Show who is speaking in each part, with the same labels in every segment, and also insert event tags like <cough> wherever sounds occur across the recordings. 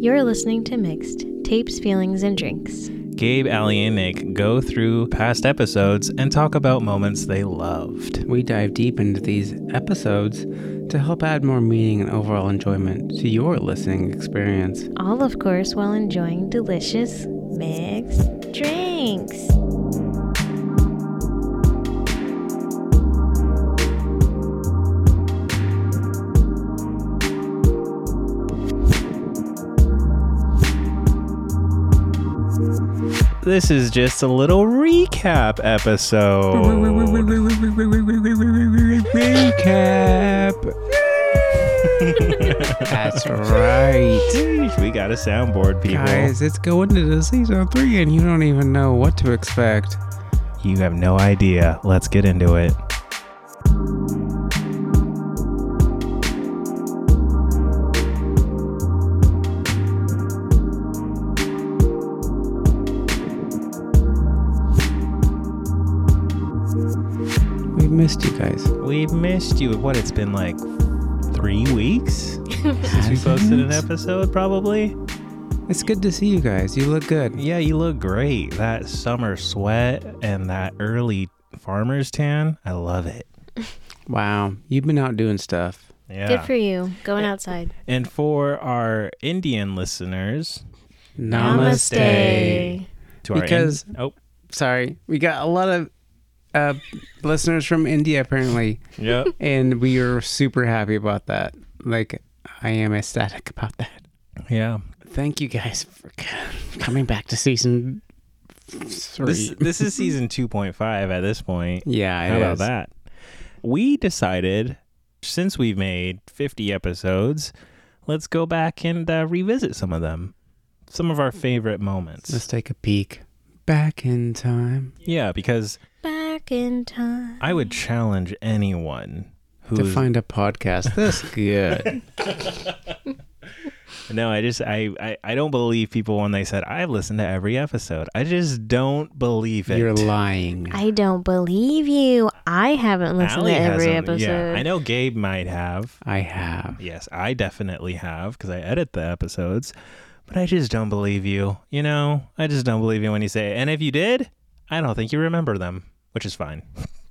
Speaker 1: You're listening to Mixed Tapes, Feelings, and Drinks.
Speaker 2: Gabe, Allie, and Nick go through past episodes and talk about moments they loved.
Speaker 3: We dive deep into these episodes to help add more meaning and overall enjoyment to your listening experience.
Speaker 1: All, of course, while enjoying delicious mixed drinks.
Speaker 2: This is just a little recap episode. recap.
Speaker 3: <laughs> That's right.
Speaker 2: We got a soundboard, people.
Speaker 3: Guys, it's going into season three and you don't even know what to expect.
Speaker 2: You have no idea. Let's get into it.
Speaker 3: We've missed you guys.
Speaker 2: We've missed you. What, it's been like three weeks since we
Speaker 3: Has
Speaker 1: <laughs>
Speaker 2: posted an
Speaker 3: it?
Speaker 2: episode, probably?
Speaker 3: It's good to see you guys. You look good.
Speaker 2: Yeah, you look great. That summer sweat and that early farmer's tan. I love it.
Speaker 3: Wow. You've been out doing stuff.
Speaker 2: Yeah.
Speaker 1: Good for you. Going outside.
Speaker 2: and for our Indian listeners,
Speaker 3: Namaste.
Speaker 2: to our
Speaker 3: Because-
Speaker 2: Ind- oh
Speaker 3: Sorry. We got a lot of uh, listeners from India apparently.
Speaker 2: yep
Speaker 3: <laughs> and we are super happy about that. Like, I am ecstatic about that.
Speaker 2: yeah.
Speaker 3: Thank you guys for c- coming back to season three.
Speaker 2: This this is season two point five at this point.
Speaker 3: <laughs> yeah, it
Speaker 2: How about
Speaker 3: is.
Speaker 2: that? We decided since we've made 50 episodes, let's go back and uh, revisit some of them. Some of our favorite
Speaker 3: Let's
Speaker 2: moments.
Speaker 3: take a peek back in time
Speaker 2: Yeah, because
Speaker 1: Back in time.
Speaker 2: I would challenge anyone
Speaker 3: to
Speaker 2: who's
Speaker 3: find a
Speaker 2: <laughs>
Speaker 3: podcast this good.
Speaker 2: No, I just I, I I don't believe people when they said I've listened to every episode. I just don't believe it.
Speaker 3: You're lying.
Speaker 1: I don't believe you. I haven't listened
Speaker 2: Allie
Speaker 1: to every
Speaker 2: hasn't-
Speaker 1: episode.
Speaker 2: Yeah, I know Gabe might have.
Speaker 3: I have.
Speaker 2: Yes, I definitely have because I edit the episodes, but I just don't believe you. You know, I just don't believe you when you say it. And if you did, I don't think you remember them, which is fine.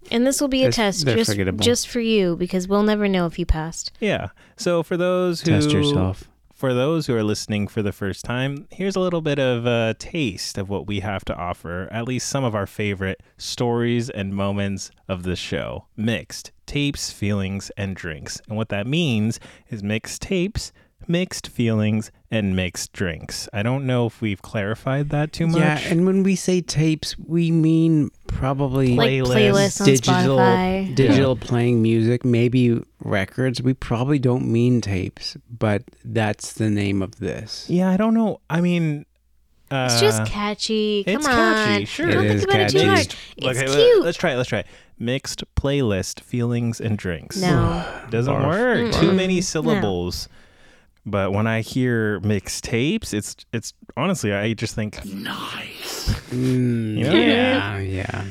Speaker 1: And this will be a
Speaker 3: It's-
Speaker 1: test
Speaker 3: they're
Speaker 1: just,
Speaker 3: forgettable.
Speaker 1: just for you because we'll never know if you passed.
Speaker 2: Yeah. So for those who
Speaker 3: Test yourself.
Speaker 2: for those who are listening for the first time, here's a little bit of a taste of what we have to offer, at least some of our favorite stories and moments of the show. Mixed tapes, feelings, and drinks. And what that means is mixed tapes, mixed feelings, and mixed drinks. I don't know if we've clarified that too much.
Speaker 3: Yeah, and when we say tapes, we mean probably
Speaker 1: Like
Speaker 2: Playlist,
Speaker 1: playlists on
Speaker 3: digital
Speaker 1: Spotify. <laughs>
Speaker 3: digital playing music, maybe records. We probably don't mean tapes, but that's the name of this.
Speaker 2: yeah, I don't know. I mean, uh,
Speaker 1: It's just catchy. Come
Speaker 2: it's
Speaker 1: on.
Speaker 2: catchy, sure.
Speaker 1: Don't
Speaker 3: It
Speaker 1: think
Speaker 3: is
Speaker 1: about it too
Speaker 3: catchy.
Speaker 1: hard. It's
Speaker 2: okay, let-
Speaker 1: cute.
Speaker 2: Let's try it. Let's try it. Mixed playlist, feelings, and drinks.
Speaker 1: no.
Speaker 2: <sighs> Doesn't
Speaker 3: Barf.
Speaker 2: work. Too
Speaker 1: Mm-mm.
Speaker 2: many syllables. But when I hear mixtapes, it's it's honestly I just think
Speaker 3: Mm,
Speaker 2: Yeah.
Speaker 3: yeah, yeah.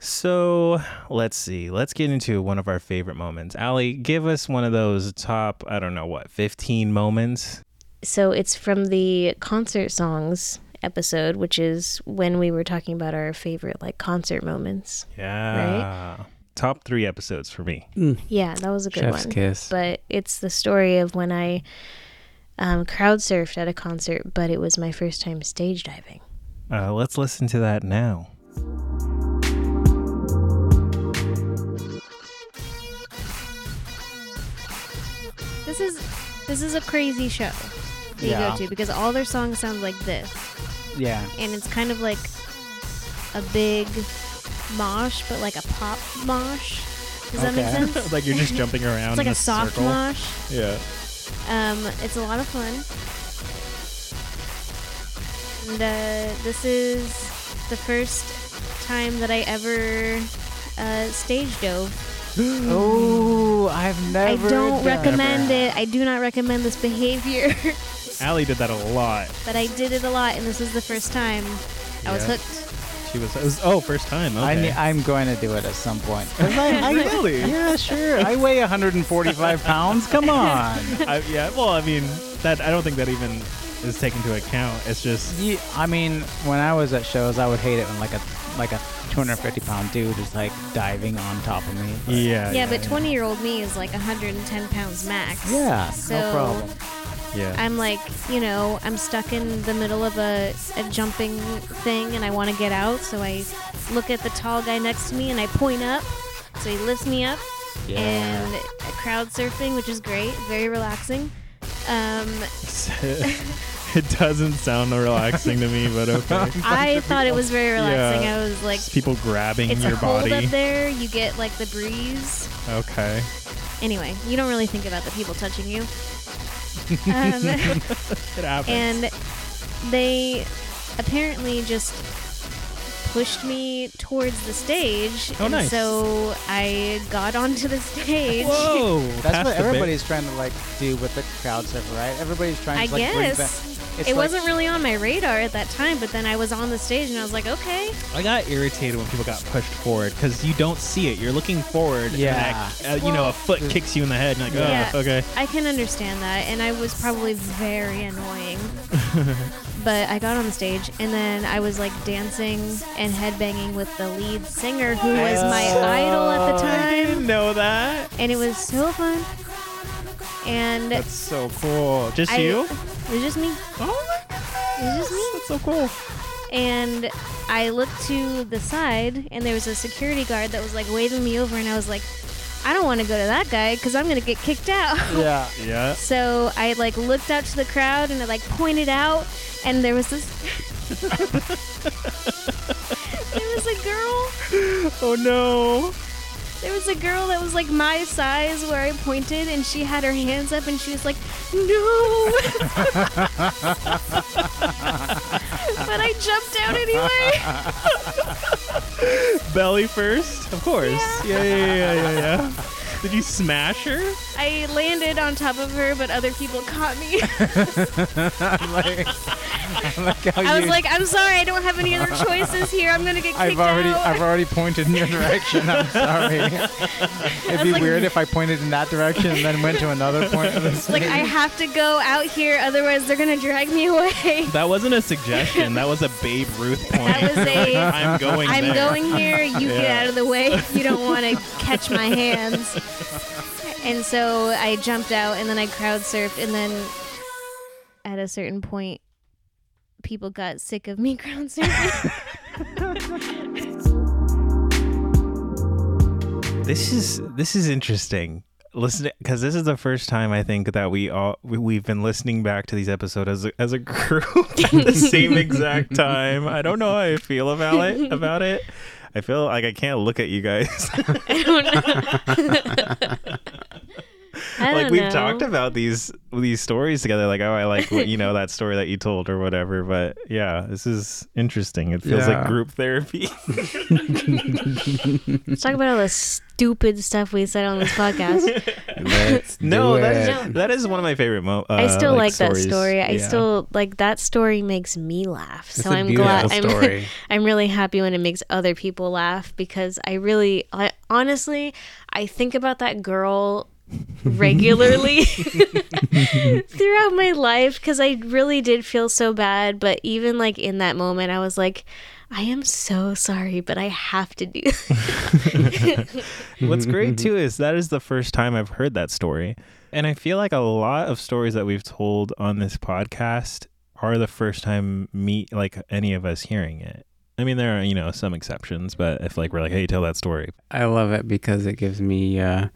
Speaker 2: so let's see. Let's get into one of our favorite moments. Allie, give us one of those top, I don't know what, fifteen moments.
Speaker 1: So it's from the concert songs episode, which is when we were talking about our favorite like concert moments.
Speaker 2: Yeah. Top three episodes for me.
Speaker 1: Yeah, that was a good
Speaker 3: Chef's
Speaker 1: one.
Speaker 3: kiss.
Speaker 1: But it's the story of when I um, crowd surfed at a concert, but it was my first time stage diving.
Speaker 2: Uh, let's listen to that now.
Speaker 4: This is this is a crazy show that you
Speaker 3: Yeah.
Speaker 4: go to because all their songs sound like this,
Speaker 3: Yeah.
Speaker 4: and it's kind of like a big mosh, but like a pop mosh. Does that make
Speaker 3: Okay.
Speaker 4: sense? <laughs> it's
Speaker 2: <laughs> like you're just jumping around.
Speaker 4: like a soft mosh.
Speaker 2: Yeah.
Speaker 4: Um, it's a lot of fun. And uh, this is the first time that I ever uh, stage dove.
Speaker 3: Oh, I've never.
Speaker 4: I don't recommend it. I do not recommend this behavior. <laughs>
Speaker 2: Allie did that a lot.
Speaker 4: But I did it a lot, and this was the first time I was
Speaker 2: Yeah.
Speaker 4: hooked.
Speaker 2: She was, it was- oh first time. Okay.
Speaker 5: I mean, I'm going to do it at some point. 'Cause
Speaker 6: <laughs>
Speaker 5: I, I, really? Yeah, sure. I weigh 145 pounds. Come on.
Speaker 2: <laughs> I, yeah, well, I mean, that I don't think that even is taken into account. It's just
Speaker 6: You, I mean, when I was at shows, I would hate it when like a like a 250 pound dude is like diving on top of me. but-
Speaker 2: yeah,
Speaker 1: Yeah, but 20 year old me is like 110 pounds max.
Speaker 6: Yeah,
Speaker 1: So
Speaker 6: no problem.
Speaker 2: yeah.
Speaker 1: I'm like, you know, I'm stuck in the middle of a, a jumping thing and I want to get out. So I look at the tall guy next to me and I point up. So he lifts me up.
Speaker 6: Yeah.
Speaker 1: And crowd surfing, which is great, very relaxing.
Speaker 6: <laughs>
Speaker 1: Um,
Speaker 2: <laughs> it doesn't sound relaxing to me, but okay.
Speaker 1: I thought it was very relaxing. I was <laughs> like,
Speaker 2: Just people grabbing
Speaker 1: it's
Speaker 2: your
Speaker 1: cold
Speaker 2: body.
Speaker 1: up there. You get like the breeze.
Speaker 2: Okay.
Speaker 1: Anyway, you don't really think about the people touching
Speaker 6: <laughs>
Speaker 1: you. Um,
Speaker 2: It happens.
Speaker 1: and they apparently just pushed me towards the stage.
Speaker 2: Oh,
Speaker 1: and
Speaker 2: nice.
Speaker 1: So I got onto the <laughs> stage.
Speaker 2: Whoa!
Speaker 6: That's
Speaker 2: past
Speaker 6: what
Speaker 2: the bit.
Speaker 6: everybody's trying to like do with the crowd surfer, right? Everybody's trying
Speaker 1: I
Speaker 6: to like bring back.
Speaker 1: guess.
Speaker 6: It's
Speaker 1: it
Speaker 6: like-
Speaker 1: wasn't really on my radar at that time, but then I was on the stage and I was like, okay.
Speaker 2: I got irritated when people got pushed forward because you don't see it. You're looking forward. and
Speaker 6: Yeah.
Speaker 2: that, uh, you know, a foot kicks you in the head, and like, oh,
Speaker 1: Yeah.
Speaker 2: okay.
Speaker 1: I can understand that, and I was probably very annoying. <laughs> but I got on the stage, and then I was like dancing and headbanging with the lead singer, who was my idol at the
Speaker 2: I
Speaker 1: time,
Speaker 2: didn't know that.
Speaker 1: and it was so fun. And
Speaker 2: That's so cool. Just
Speaker 1: I,
Speaker 2: you?
Speaker 1: It was just me,
Speaker 2: Oh my
Speaker 1: It was just me.
Speaker 2: That's so cool.
Speaker 1: and I looked to the side, and there was a security guard that was like waving me over, and I was like, I don't want to go to that guy because I'm gonna get kicked out. <laughs>
Speaker 6: Yeah.
Speaker 2: Yeah.
Speaker 1: So I like looked out to the crowd and I like pointed out, and there was this. <laughs> there was a girl.
Speaker 2: Oh no.
Speaker 1: There was a girl that was like my size where I pointed, and she had her hands up, and she was like, "No!" but I jumped out anyway.
Speaker 2: Belly first, of course. Yeah, yeah, yeah, yeah, yeah. yeah. Did you smash her?
Speaker 1: I landed on top of her, but other people caught me. <laughs>
Speaker 6: like, <laughs> like how
Speaker 1: I was
Speaker 6: you-
Speaker 1: like, "I'm sorry, I don't have any other choices here. I'm gonna get kicked
Speaker 6: I've already
Speaker 1: out."
Speaker 6: I've already pointed in your
Speaker 1: <laughs>
Speaker 6: direction. I'm sorry. It'd be
Speaker 1: like-
Speaker 6: weird if I pointed in that direction and then went to another point. Of this.
Speaker 1: like I have to go out here, otherwise they're gonna drag me away.
Speaker 2: That wasn't a suggestion. That was a Babe Ruth point.
Speaker 1: <laughs> That was
Speaker 6: <laughs>
Speaker 1: a.
Speaker 2: I'm going.
Speaker 1: I'm
Speaker 2: there.
Speaker 1: going here. You get
Speaker 2: Yeah.
Speaker 1: out of the way. You don't want to catch my hands. And so I jumped out, and then I crowd surfed, and then at a certain point, people got sick of me <laughs> crowd surfing.
Speaker 2: This is this is interesting. Listen, because this is the first time I think that we all we, we've been listening back to these episodes as a, as a group <laughs> at the same exact time. I don't know how I feel about it. About it, I feel like I can't look at you guys. <laughs>
Speaker 7: I don't know.
Speaker 1: I don't
Speaker 2: like we've
Speaker 1: know.
Speaker 2: talked about these these stories together. Like, oh, I like what, you
Speaker 7: <laughs>
Speaker 2: know that story that you told or whatever. But yeah, this is interesting. It feels like
Speaker 3: Yeah.
Speaker 2: group therapy. <laughs>
Speaker 7: Let's talk about all the stupid stuff we said
Speaker 2: <laughs>
Speaker 7: on this podcast.
Speaker 3: Let's
Speaker 2: no,
Speaker 3: do
Speaker 2: that is
Speaker 3: it.
Speaker 2: that is one of my favorite. Mo- uh,
Speaker 7: I still like, that
Speaker 2: stories.
Speaker 7: story. I
Speaker 2: Yeah.
Speaker 7: still like that story makes me laugh.
Speaker 3: It's
Speaker 7: so
Speaker 3: a
Speaker 7: I'm
Speaker 3: beautiful
Speaker 7: glad I'm
Speaker 3: story.
Speaker 7: <laughs> I'm really happy when it makes other people laugh because I really I, honestly I think about that girl regularly <laughs> throughout my life cuz I really did feel so bad but even like in that moment I was like I am so sorry but I have to do this."
Speaker 2: What's great
Speaker 3: <laughs>
Speaker 2: too is that is the first time I've heard that story. And I feel like a lot of stories that we've told on this podcast are the first time me like any of us hearing it. I mean there are, you know, some exceptions, but if like we're like, hey, tell that story.
Speaker 3: I love it because it gives me. Uh,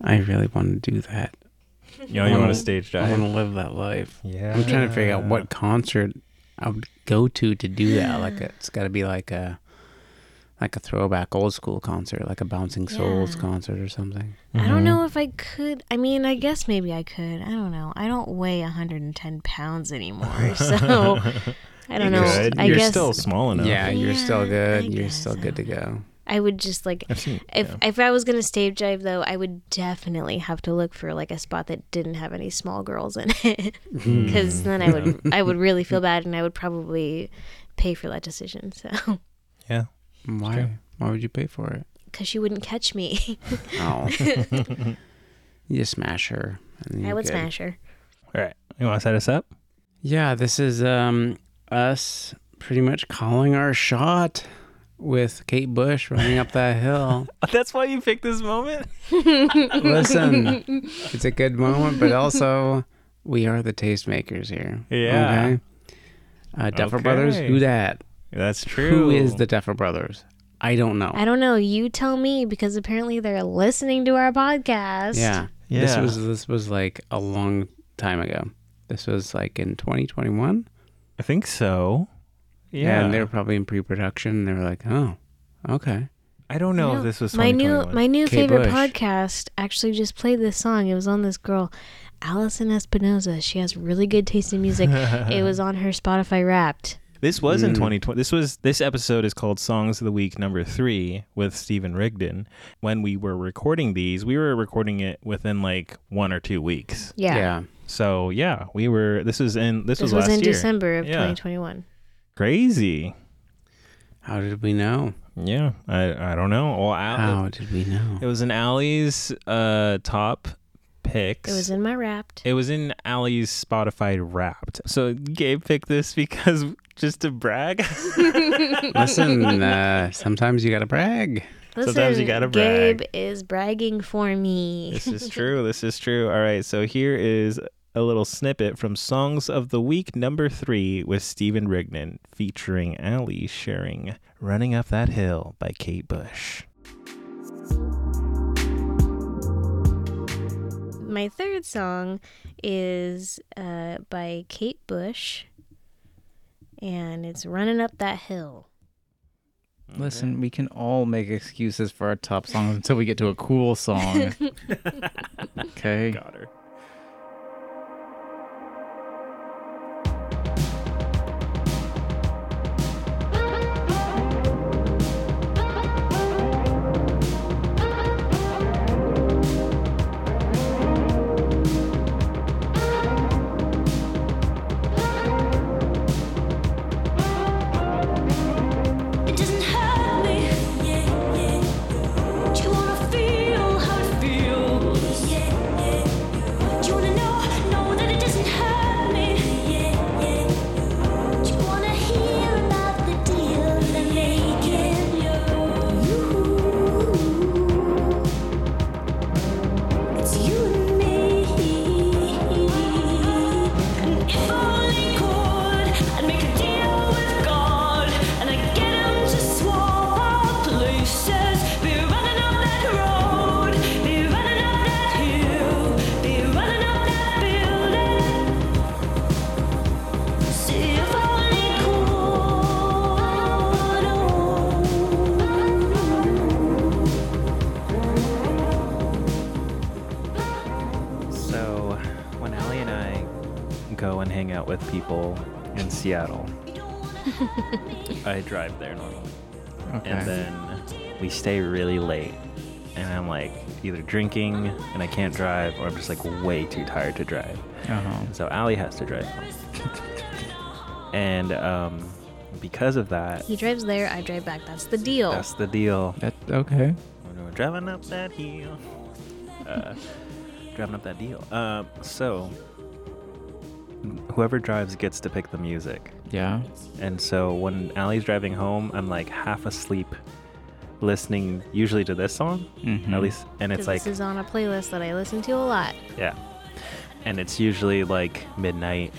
Speaker 3: I really want to do that.
Speaker 2: You know, you want
Speaker 7: Mm-hmm.
Speaker 3: Oh.
Speaker 2: to stage
Speaker 3: I want
Speaker 2: dive.
Speaker 3: to live that life.
Speaker 2: Yeah.
Speaker 3: I'm trying to figure out what concert I would go to to do that. Like it's got to be like a like a throwback old school concert, like a Bouncing Souls
Speaker 7: Yeah.
Speaker 3: concert or something.
Speaker 7: I
Speaker 2: Mm-hmm.
Speaker 7: don't know if I could. I mean, I guess maybe I could. I don't know. I don't weigh 110 pounds anymore, <laughs> so I don't know.
Speaker 2: Good.
Speaker 7: I
Speaker 2: You're
Speaker 7: guess
Speaker 2: still small enough.
Speaker 3: Yeah, you're still
Speaker 7: Yeah,
Speaker 3: good.
Speaker 7: I
Speaker 3: you're
Speaker 7: guess
Speaker 3: still good to go.
Speaker 7: I would just like
Speaker 2: I've seen
Speaker 7: if
Speaker 2: yeah.
Speaker 7: if I was gonna stage dive though, I would definitely have to look for like a spot that didn't have any small girls in it, because then I would I would really feel bad and I would probably pay for that decision. So <laughs>
Speaker 2: yeah.
Speaker 3: Why? Why would you pay for it?
Speaker 7: because she wouldn't catch me,
Speaker 3: Oh,
Speaker 7: <laughs>
Speaker 3: <laughs> you just smash her. and then
Speaker 7: I
Speaker 3: you're
Speaker 7: would
Speaker 3: good.
Speaker 7: smash her.
Speaker 2: All right. You want to set us up?
Speaker 3: Yeah, this is um, us pretty much calling our shot with Kate Bush running up
Speaker 7: <laughs>
Speaker 3: that hill.
Speaker 2: <laughs> That's why you picked this moment?
Speaker 7: <laughs>
Speaker 3: Listen, it's a good moment, but also we are the tastemakers here.
Speaker 2: Yeah.
Speaker 3: Okay? Uh, Duffer Brothers,
Speaker 2: Okay.
Speaker 3: who that?
Speaker 2: That's true.
Speaker 3: Who is the Duffer Brothers? I don't know.
Speaker 1: I don't know. You tell me because apparently they're listening to our podcast.
Speaker 3: Yeah. This
Speaker 2: Yeah.
Speaker 3: was this was like a long time ago. This was like in 2021.
Speaker 2: I think so. Yeah.
Speaker 3: And they were probably in pre-production. And they were like, oh, okay.
Speaker 2: I don't know if this was
Speaker 1: My new
Speaker 2: 2021.
Speaker 1: my new
Speaker 3: Kate
Speaker 1: favorite
Speaker 3: Bush.
Speaker 1: podcast actually just played this song. It was on this girl, Allison Espinosa. She has really good taste in music. it
Speaker 2: <laughs>
Speaker 1: was on her Spotify Wrapped.
Speaker 2: This was in
Speaker 3: Mm.
Speaker 2: 2020. This was this episode is called Songs of the Week number 3 with Stephen Rigdon. When we were recording these, we were recording it within like 1 or 2 weeks.
Speaker 1: Yeah.
Speaker 2: So, yeah, we were this is in this,
Speaker 1: This
Speaker 2: was
Speaker 1: was,
Speaker 2: last
Speaker 1: in
Speaker 2: year.
Speaker 1: December of
Speaker 2: Yeah.
Speaker 1: 2021.
Speaker 2: Crazy.
Speaker 3: How did we know?
Speaker 2: Yeah. I I don't know. Well, Al-
Speaker 3: How did we know?
Speaker 2: <laughs> It was in Allie's uh, top picks.
Speaker 1: It was in my Wrapped.
Speaker 2: It was in Allie's Spotify Wrapped. So Gabe picked this <laughs> because just
Speaker 1: <laughs>
Speaker 2: to brag.
Speaker 3: Listen, uh, sometimes you gotta brag.
Speaker 1: Listen,
Speaker 2: Sometimes you gotta
Speaker 1: Gabe
Speaker 2: brag.
Speaker 1: is bragging for me.
Speaker 2: this is true. This is true. All right. So here is a little snippet from Songs of the Week number three with Stephen Rignan featuring Allie sharing "Running Up That Hill" by Kate Bush.
Speaker 1: My third song is uh, by Kate Bush, and it's "Running Up That Hill."
Speaker 6: <laughs> Listen, we can all make excuses for our top songs until we get to a
Speaker 1: <laughs>
Speaker 6: cool song. okay.
Speaker 2: Got her.
Speaker 7: It doesn't hurt me. Yeah, yeah. Do you wanna feel how it feels? Yeah, yeah. Do you wanna know, know that it doesn't hurt me? Yeah, yeah. Do you wanna hear about the deal they're making? You, it's you and me. And if only could, I'd make a deal with God, and I'd get him to swap places. Be running up that road, be running up that hill, be running up that building. See if only could.
Speaker 2: So when Allie and I go and hang out with people
Speaker 1: <laughs>
Speaker 2: in Seattle, I drive there normally.
Speaker 6: Okay.
Speaker 2: And then we stay really late. And I'm like either drinking and I can't drive or I'm just like way too tired to drive.
Speaker 6: uh-huh.
Speaker 2: So Allie has to drive <laughs> home. and um, because of that,
Speaker 1: He drives there, I drive back. That's the deal.
Speaker 2: that's the deal.
Speaker 6: That okay.
Speaker 2: We're driving up that hill. Uh, driving up that deal. Um, so, whoever drives gets to pick the music.
Speaker 6: Yeah.
Speaker 2: And so, when Allie's driving home, I'm like half asleep, listening usually to this song,
Speaker 6: Mhm.
Speaker 2: at least. And
Speaker 1: 'Cause
Speaker 2: it's like,
Speaker 1: this is on a playlist that I listen to a lot.
Speaker 2: yeah. And it's usually like midnight.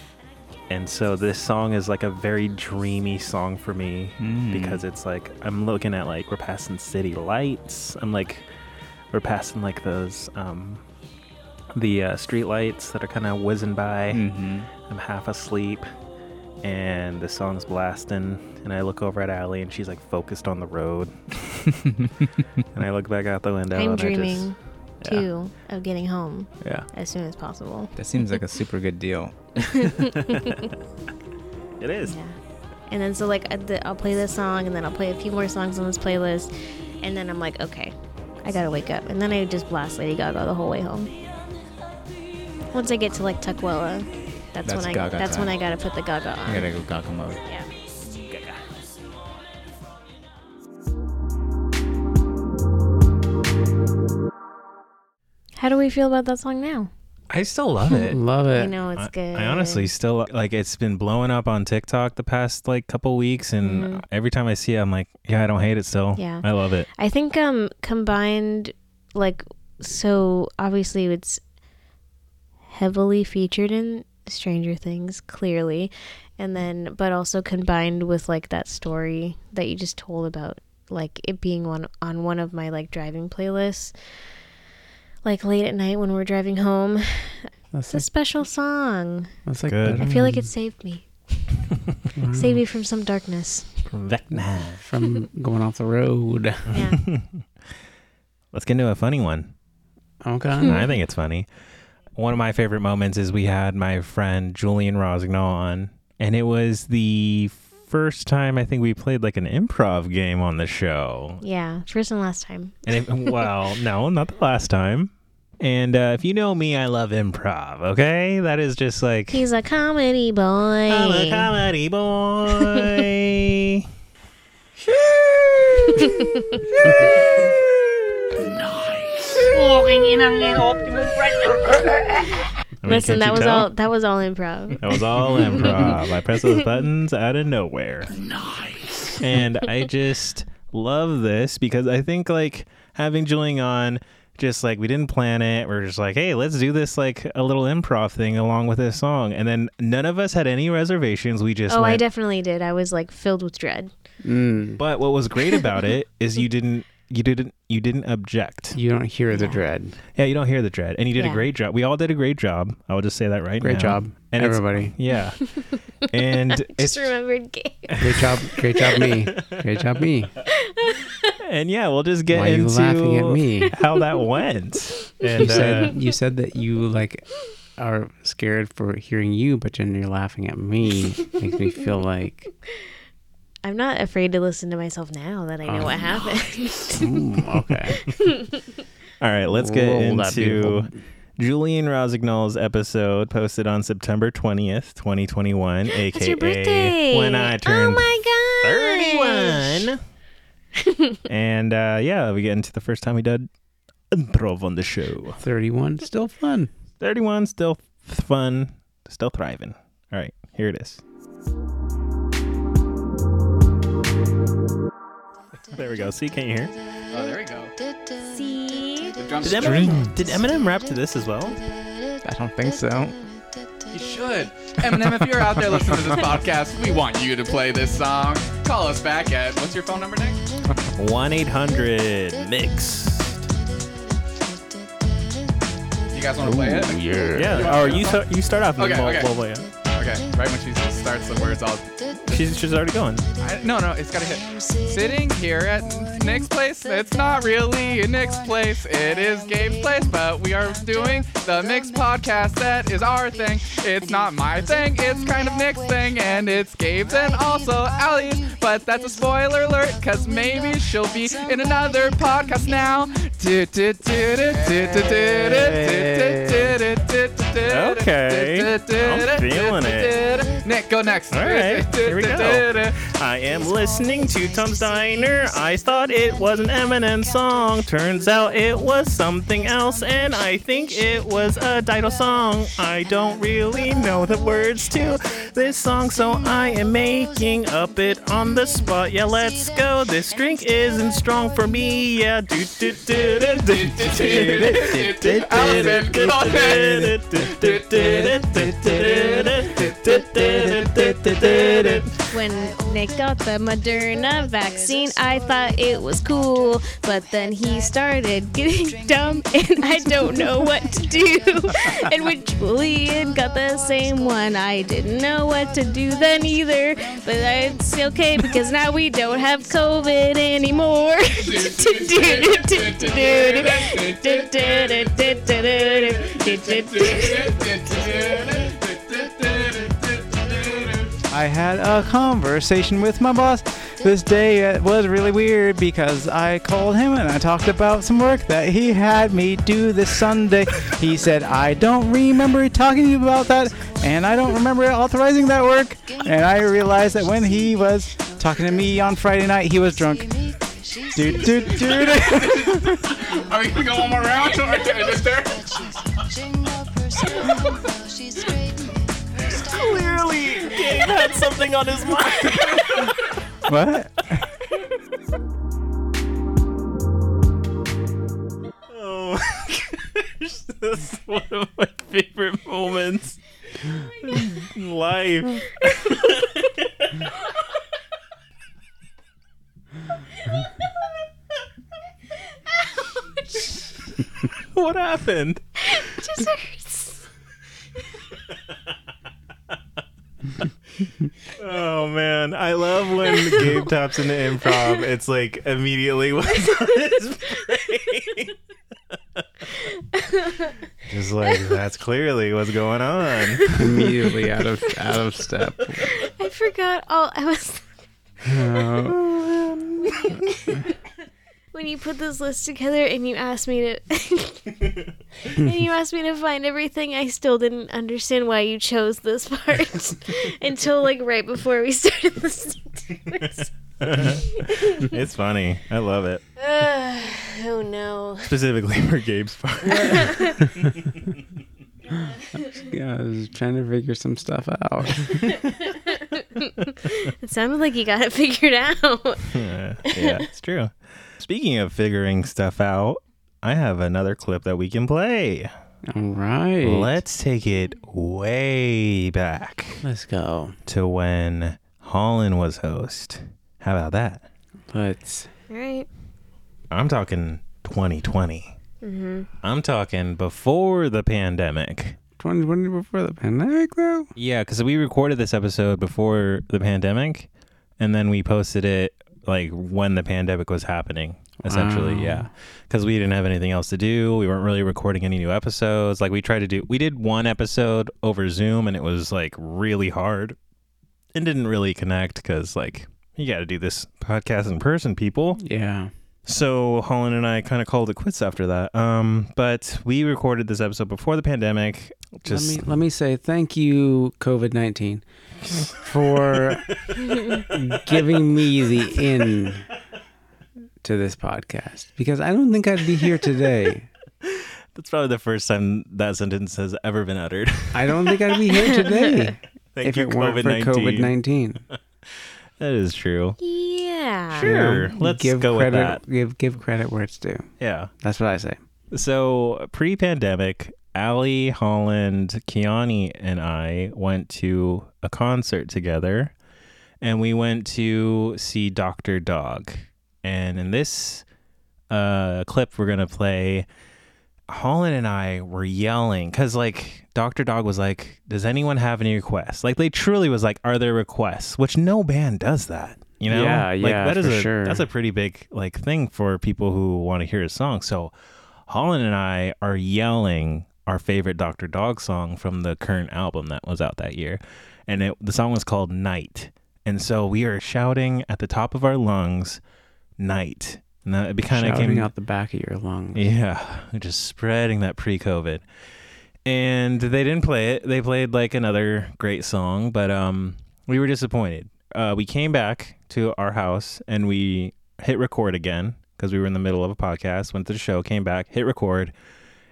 Speaker 2: And so, this song is like a very dreamy song for me
Speaker 6: Mm.
Speaker 2: because it's like I'm looking at like we're passing city lights. I'm like we're passing like those um the uh, street lights that are kind of whizzing by.
Speaker 6: Mhm.
Speaker 2: I'm half asleep and the song's blasting and I look over at Allie and she's like focused on the <laughs> road. and I look back out the window
Speaker 1: I'm
Speaker 2: and
Speaker 1: dreaming
Speaker 2: I just
Speaker 1: too of getting home
Speaker 2: Yeah.
Speaker 1: as soon as possible.
Speaker 6: That seems like a super good deal.
Speaker 2: yeah. It is.
Speaker 1: Yeah. And then so like I- the- I'll play this song, and then I'll play a few more songs on this playlist, and then I'm like, okay, I gotta wake up, and then I just blast Lady Gaga the whole way home. Once I get to like Tukwila, that's,
Speaker 6: That's
Speaker 1: when I
Speaker 6: Gaga
Speaker 1: that's
Speaker 6: time.
Speaker 1: when I gotta put the Gaga on.
Speaker 6: I gotta go Gaga mode.
Speaker 1: yeah. How do we feel about that song now?
Speaker 2: I still love it.
Speaker 3: Love it.
Speaker 1: I know it's
Speaker 2: I-
Speaker 1: good.
Speaker 2: I honestly still like it's been blowing up on TikTok the past like couple weeks and every time I see it I'm like, yeah, I don't hate it still.
Speaker 1: Mm-hmm. Yeah.
Speaker 2: I love it.
Speaker 1: I think um combined like so obviously it's heavily featured in Stranger Things clearly and then but also combined with like that story that you just told about like it being on on one of my like driving playlists like late at night when we're driving home it's a
Speaker 2: Mm.
Speaker 3: That's like,
Speaker 1: special song
Speaker 3: that's like
Speaker 2: Good.
Speaker 1: I
Speaker 3: better
Speaker 1: feel like it
Speaker 2: Mm.
Speaker 1: saved me
Speaker 3: than-
Speaker 1: saved me from some
Speaker 2: <laughs>
Speaker 1: darkness
Speaker 3: wow. from going off the road.
Speaker 1: yeah
Speaker 2: Let's get into a funny one.
Speaker 1: <laughs> Hmm.
Speaker 3: Okay.
Speaker 2: I think it's funny. One of my favorite moments is we had my friend Julian Rosignol on, and it was the first time I think we played like an improv game on the show.
Speaker 1: yeah first and last time
Speaker 2: And if, <laughs> well, no, not the last time. And uh, if you know me, I love improv. Okay, that is just like
Speaker 1: he's a comedy boy
Speaker 2: I'm a
Speaker 1: <laughs>
Speaker 2: comedy boy. I mean,
Speaker 1: Listen,
Speaker 2: can't
Speaker 1: that
Speaker 2: you
Speaker 1: was
Speaker 2: tell?
Speaker 1: all that was all improv.
Speaker 2: That was all improv. I press
Speaker 1: <laughs>
Speaker 2: those buttons out of nowhere. Nice. And I just love this because I think like having Julian on, just like we didn't plan it. We are just like, hey, let's do this like a little improv thing along with this song. And then none of us had any reservations. We just
Speaker 1: Oh, I
Speaker 2: went.
Speaker 1: definitely did. I was like filled with dread.
Speaker 3: Mm.
Speaker 2: but what was great
Speaker 1: <laughs>
Speaker 2: about it is you didn't you didn't you didn't object.
Speaker 3: You don't hear the dread.
Speaker 2: Yeah, you don't hear the dread. And you did a
Speaker 1: Yeah.
Speaker 2: great job. We all did a great job. I will just say that right
Speaker 3: Great
Speaker 2: now.
Speaker 3: job,
Speaker 2: And it's-
Speaker 3: everybody.
Speaker 1: <laughs>
Speaker 2: Yeah. And <laughs> it's
Speaker 1: Just remembered gay.
Speaker 2: <laughs>
Speaker 3: Great job. Great job, me. Great job, me.
Speaker 2: and yeah, we'll just get
Speaker 3: Why are you
Speaker 2: into
Speaker 3: laughing at me?
Speaker 2: how that went. And
Speaker 3: You
Speaker 2: uh,
Speaker 3: said you said that you like are scared for hearing you, but then you're laughing at me. Makes me feel like
Speaker 1: I'm not afraid to listen to myself now that I know
Speaker 2: Oh,
Speaker 1: what happened. <laughs>
Speaker 3: mm, okay. <laughs>
Speaker 2: uh, all right, let's get
Speaker 3: Roll that
Speaker 2: into
Speaker 3: beautiful-
Speaker 2: Julian Rosignol's episode posted on September 20th, 2021, aka
Speaker 1: It's your birthday.
Speaker 2: when I turned
Speaker 1: oh my god,
Speaker 2: 31. and uh, yeah, we get into the first time we did improv on the show.
Speaker 3: Thirty-one, still fun.
Speaker 2: 31, still fun, still thriving. All right, here it is. There we go. See, can you hear?
Speaker 5: Oh, there we go.
Speaker 1: See,
Speaker 5: The drums.
Speaker 2: Did Eminem, did Eminem rap to this as well?
Speaker 5: I don't think so. You should. Eminem, if you're out there listening to
Speaker 2: <laughs>
Speaker 5: this podcast, we want you to play this song. Call us back at what's your phone number, Nick?
Speaker 2: 1 800 Mix.
Speaker 5: You guys want to play it?
Speaker 2: Yeah, or you, start you start off and
Speaker 5: Okay,
Speaker 2: then Oh, we'll,
Speaker 5: okay.
Speaker 2: we'll play it.
Speaker 5: Okay. Right when she starts the words, I'll.
Speaker 2: She's, she's already going.
Speaker 5: I, no, no, it's gotta hit. Sitting here at Nick's place. It's not really Nick's place. It is Gabe's place, but we are doing the Mix podcast. That is our thing. It's not my thing. It's kind of Nick's thing, and it's Gabe's and also Allie's. But that's a spoiler alert, cause maybe she'll be in another podcast now. Do, do, do, do, do, do, do, do, do, do, do, do, do, do,
Speaker 2: Okay.
Speaker 5: do, do, do,
Speaker 2: I'm
Speaker 5: do,
Speaker 2: feeling
Speaker 5: do,
Speaker 2: it.
Speaker 5: do, do. Nick, go next.
Speaker 2: All right, here we go. I am listening to Tom's Diner. I thought it was an Eminem song. Turns out it was something else, and I think it was a Dido song. I don't really know the words to this song, so I am making up it on the spot. Yeah, let's go. This drink isn't strong for me. Yeah, do do do do do do do do do
Speaker 5: Allison, come on
Speaker 2: do
Speaker 5: next.
Speaker 2: do do do do do do do do.
Speaker 4: When Nick got the Moderna vaccine, I thought it was cool, but then he started getting <laughs> dumb, and I don't know what to do. <laughs> And when Julian got the same one, I didn't know what to do then either. But it's okay because now we don't have COVID anymore. <laughs>
Speaker 5: That's
Speaker 6: I had a conversation with my boss this day. It was really weird because I called him and I talked about some work that he had me do this Sunday. He said, I don't remember talking to you about that, and I don't remember authorizing that work. And I realized that when he was talking to me on Friday night, he was drunk. <laughs> Dude, dude, dude.
Speaker 5: Are we gonna go one more round? Or is there?
Speaker 2: Clearly, Gabe had something on his mind.
Speaker 6: <laughs> What?
Speaker 2: Oh my gosh, that's <laughs> one of my favorite moments Oh in <laughs> life. what happened?
Speaker 1: just hurts.
Speaker 2: Oh man, I love when Gabe taps into improv. It's like immediately <laughs> what's on his brain. Just like that's clearly what's going on.
Speaker 3: Immediately out of out of step.
Speaker 1: I forgot all. I
Speaker 8: <laughs>
Speaker 1: was
Speaker 3: Uh,
Speaker 1: when you put this list together and you asked me to,
Speaker 8: <laughs>
Speaker 1: and you asked me to find everything. I still didn't understand why you chose this
Speaker 8: <laughs>
Speaker 1: part until like right before we started listening to this.
Speaker 2: <laughs> It's funny. I love it.
Speaker 1: Uh, <sighs> oh no. <laughs>
Speaker 8: <laughs>
Speaker 2: Specifically for Gabe's part.
Speaker 3: yeah, I was trying to figure some stuff out.
Speaker 1: It sounded like you got it figured out.
Speaker 2: <laughs> yeah, it's true. Speaking of figuring stuff out, I have another clip that we can play.
Speaker 3: <laughs> All right.
Speaker 2: Let's take it way back
Speaker 3: Let's go.
Speaker 2: to when Holland was host. How about that?
Speaker 3: Let's
Speaker 1: All right.
Speaker 2: I'm talking 2020.
Speaker 1: Mm-hmm.
Speaker 2: I'm talking before the pandemic.
Speaker 3: 2020 before the pandemic though.
Speaker 2: Yeah, because we recorded this episode before the pandemic, and then we posted it like when the pandemic was happening. Essentially,
Speaker 3: Wow.
Speaker 2: yeah, because we didn't have anything else to do. We weren't really recording any new episodes. Like we tried to do, we did one episode over Zoom, and it was like really hard, and didn't really connect because like you got to do this podcast in person, people.
Speaker 3: Yeah.
Speaker 2: So Holland and I kind of called it quits after that. Um, but we recorded this episode before the pandemic. Just
Speaker 3: let me let me say thank you COVID nineteen
Speaker 1: <laughs>
Speaker 3: for giving me the in to this podcast because I don't think I'd be here today.
Speaker 2: that's probably the first time that sentence has ever been uttered. <laughs>
Speaker 3: I don't think I'd be
Speaker 1: <laughs>
Speaker 3: here today
Speaker 2: Thank
Speaker 3: if
Speaker 2: you,
Speaker 3: it weren't
Speaker 2: COVID-19.
Speaker 3: for COVID nineteen.
Speaker 2: That is true.
Speaker 1: Yeah.
Speaker 2: Sure, let's
Speaker 3: give
Speaker 2: go with
Speaker 3: credit,
Speaker 2: that.
Speaker 3: Give give credit where it's due.
Speaker 2: Yeah.
Speaker 3: That's what I say.
Speaker 2: So pre-pandemic, Ali Holland, Kiani, and I went to a concert together, and we went to see Doctor Dog. And in this uh, clip, we're gonna play. Holland and I were yelling because like Doctor Dog was like, "Does anyone have any requests?" Like they truly was like, "Are there requests?" Which no band does that, you know?
Speaker 3: Yeah,
Speaker 2: like,
Speaker 3: yeah,
Speaker 2: That is
Speaker 3: for
Speaker 2: a
Speaker 3: sure.
Speaker 2: that's a pretty big like thing for people who want to hear a song. So Holland and I are yelling our favorite Doctor Dog song from the current album that was out that year, and it, the song was called "Night." And so we are shouting at the top of our lungs, "Night." And that it kind of
Speaker 3: Shouting
Speaker 2: came
Speaker 3: out the back of your
Speaker 2: <laughs>
Speaker 3: lungs.
Speaker 2: yeah, just spreading that pre-COVID. And they didn't play it. They played like another great song, but um, we were disappointed. Uh, we came back to our house and we hit record again because we were in the middle of a podcast. Went to the show, came back, hit record,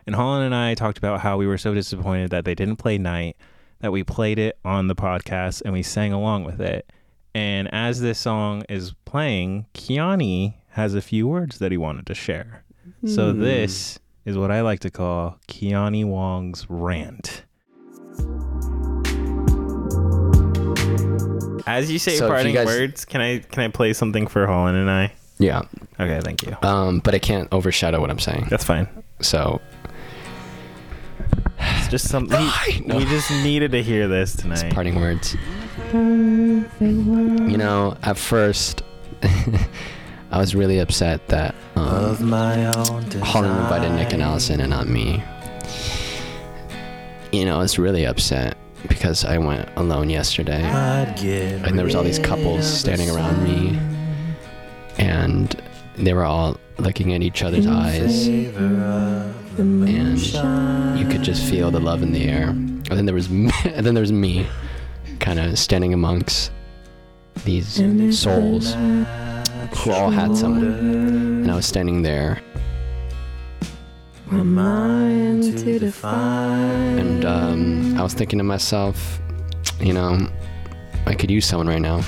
Speaker 2: and Holland and I talked about how we were so disappointed that they didn't play Night, that we played it on the podcast and we sang along with it. And as this song is playing, Kiani has a few words that he wanted to share. So
Speaker 8: Hmm.
Speaker 2: this is what I like to call Kiani Wong's rant. As you say
Speaker 8: So if you
Speaker 2: parting
Speaker 8: guys-
Speaker 2: words, can I can I play something for Holland and I?
Speaker 8: Yeah.
Speaker 2: Okay, thank you.
Speaker 8: Um, but it can't overshadow what I'm saying.
Speaker 2: That's fine.
Speaker 8: So
Speaker 2: It's just something we,
Speaker 8: No.
Speaker 2: we just needed to hear this
Speaker 8: it's
Speaker 2: tonight.
Speaker 8: parting words. You know, at first, <laughs> I was really upset that um,
Speaker 2: my own
Speaker 8: Holland invited Nick and Allison and not me. You know, I was really upset because I went alone yesterday. and there was all these couples standing around me and they were all looking at each other's eyes and you could just feel the love in the air and then there was me, <laughs> and then there was me kind of standing amongst these souls who all had someone and i was standing there
Speaker 7: We're mine to define.
Speaker 8: And um, I was thinking to myself, you know, I could use someone right now.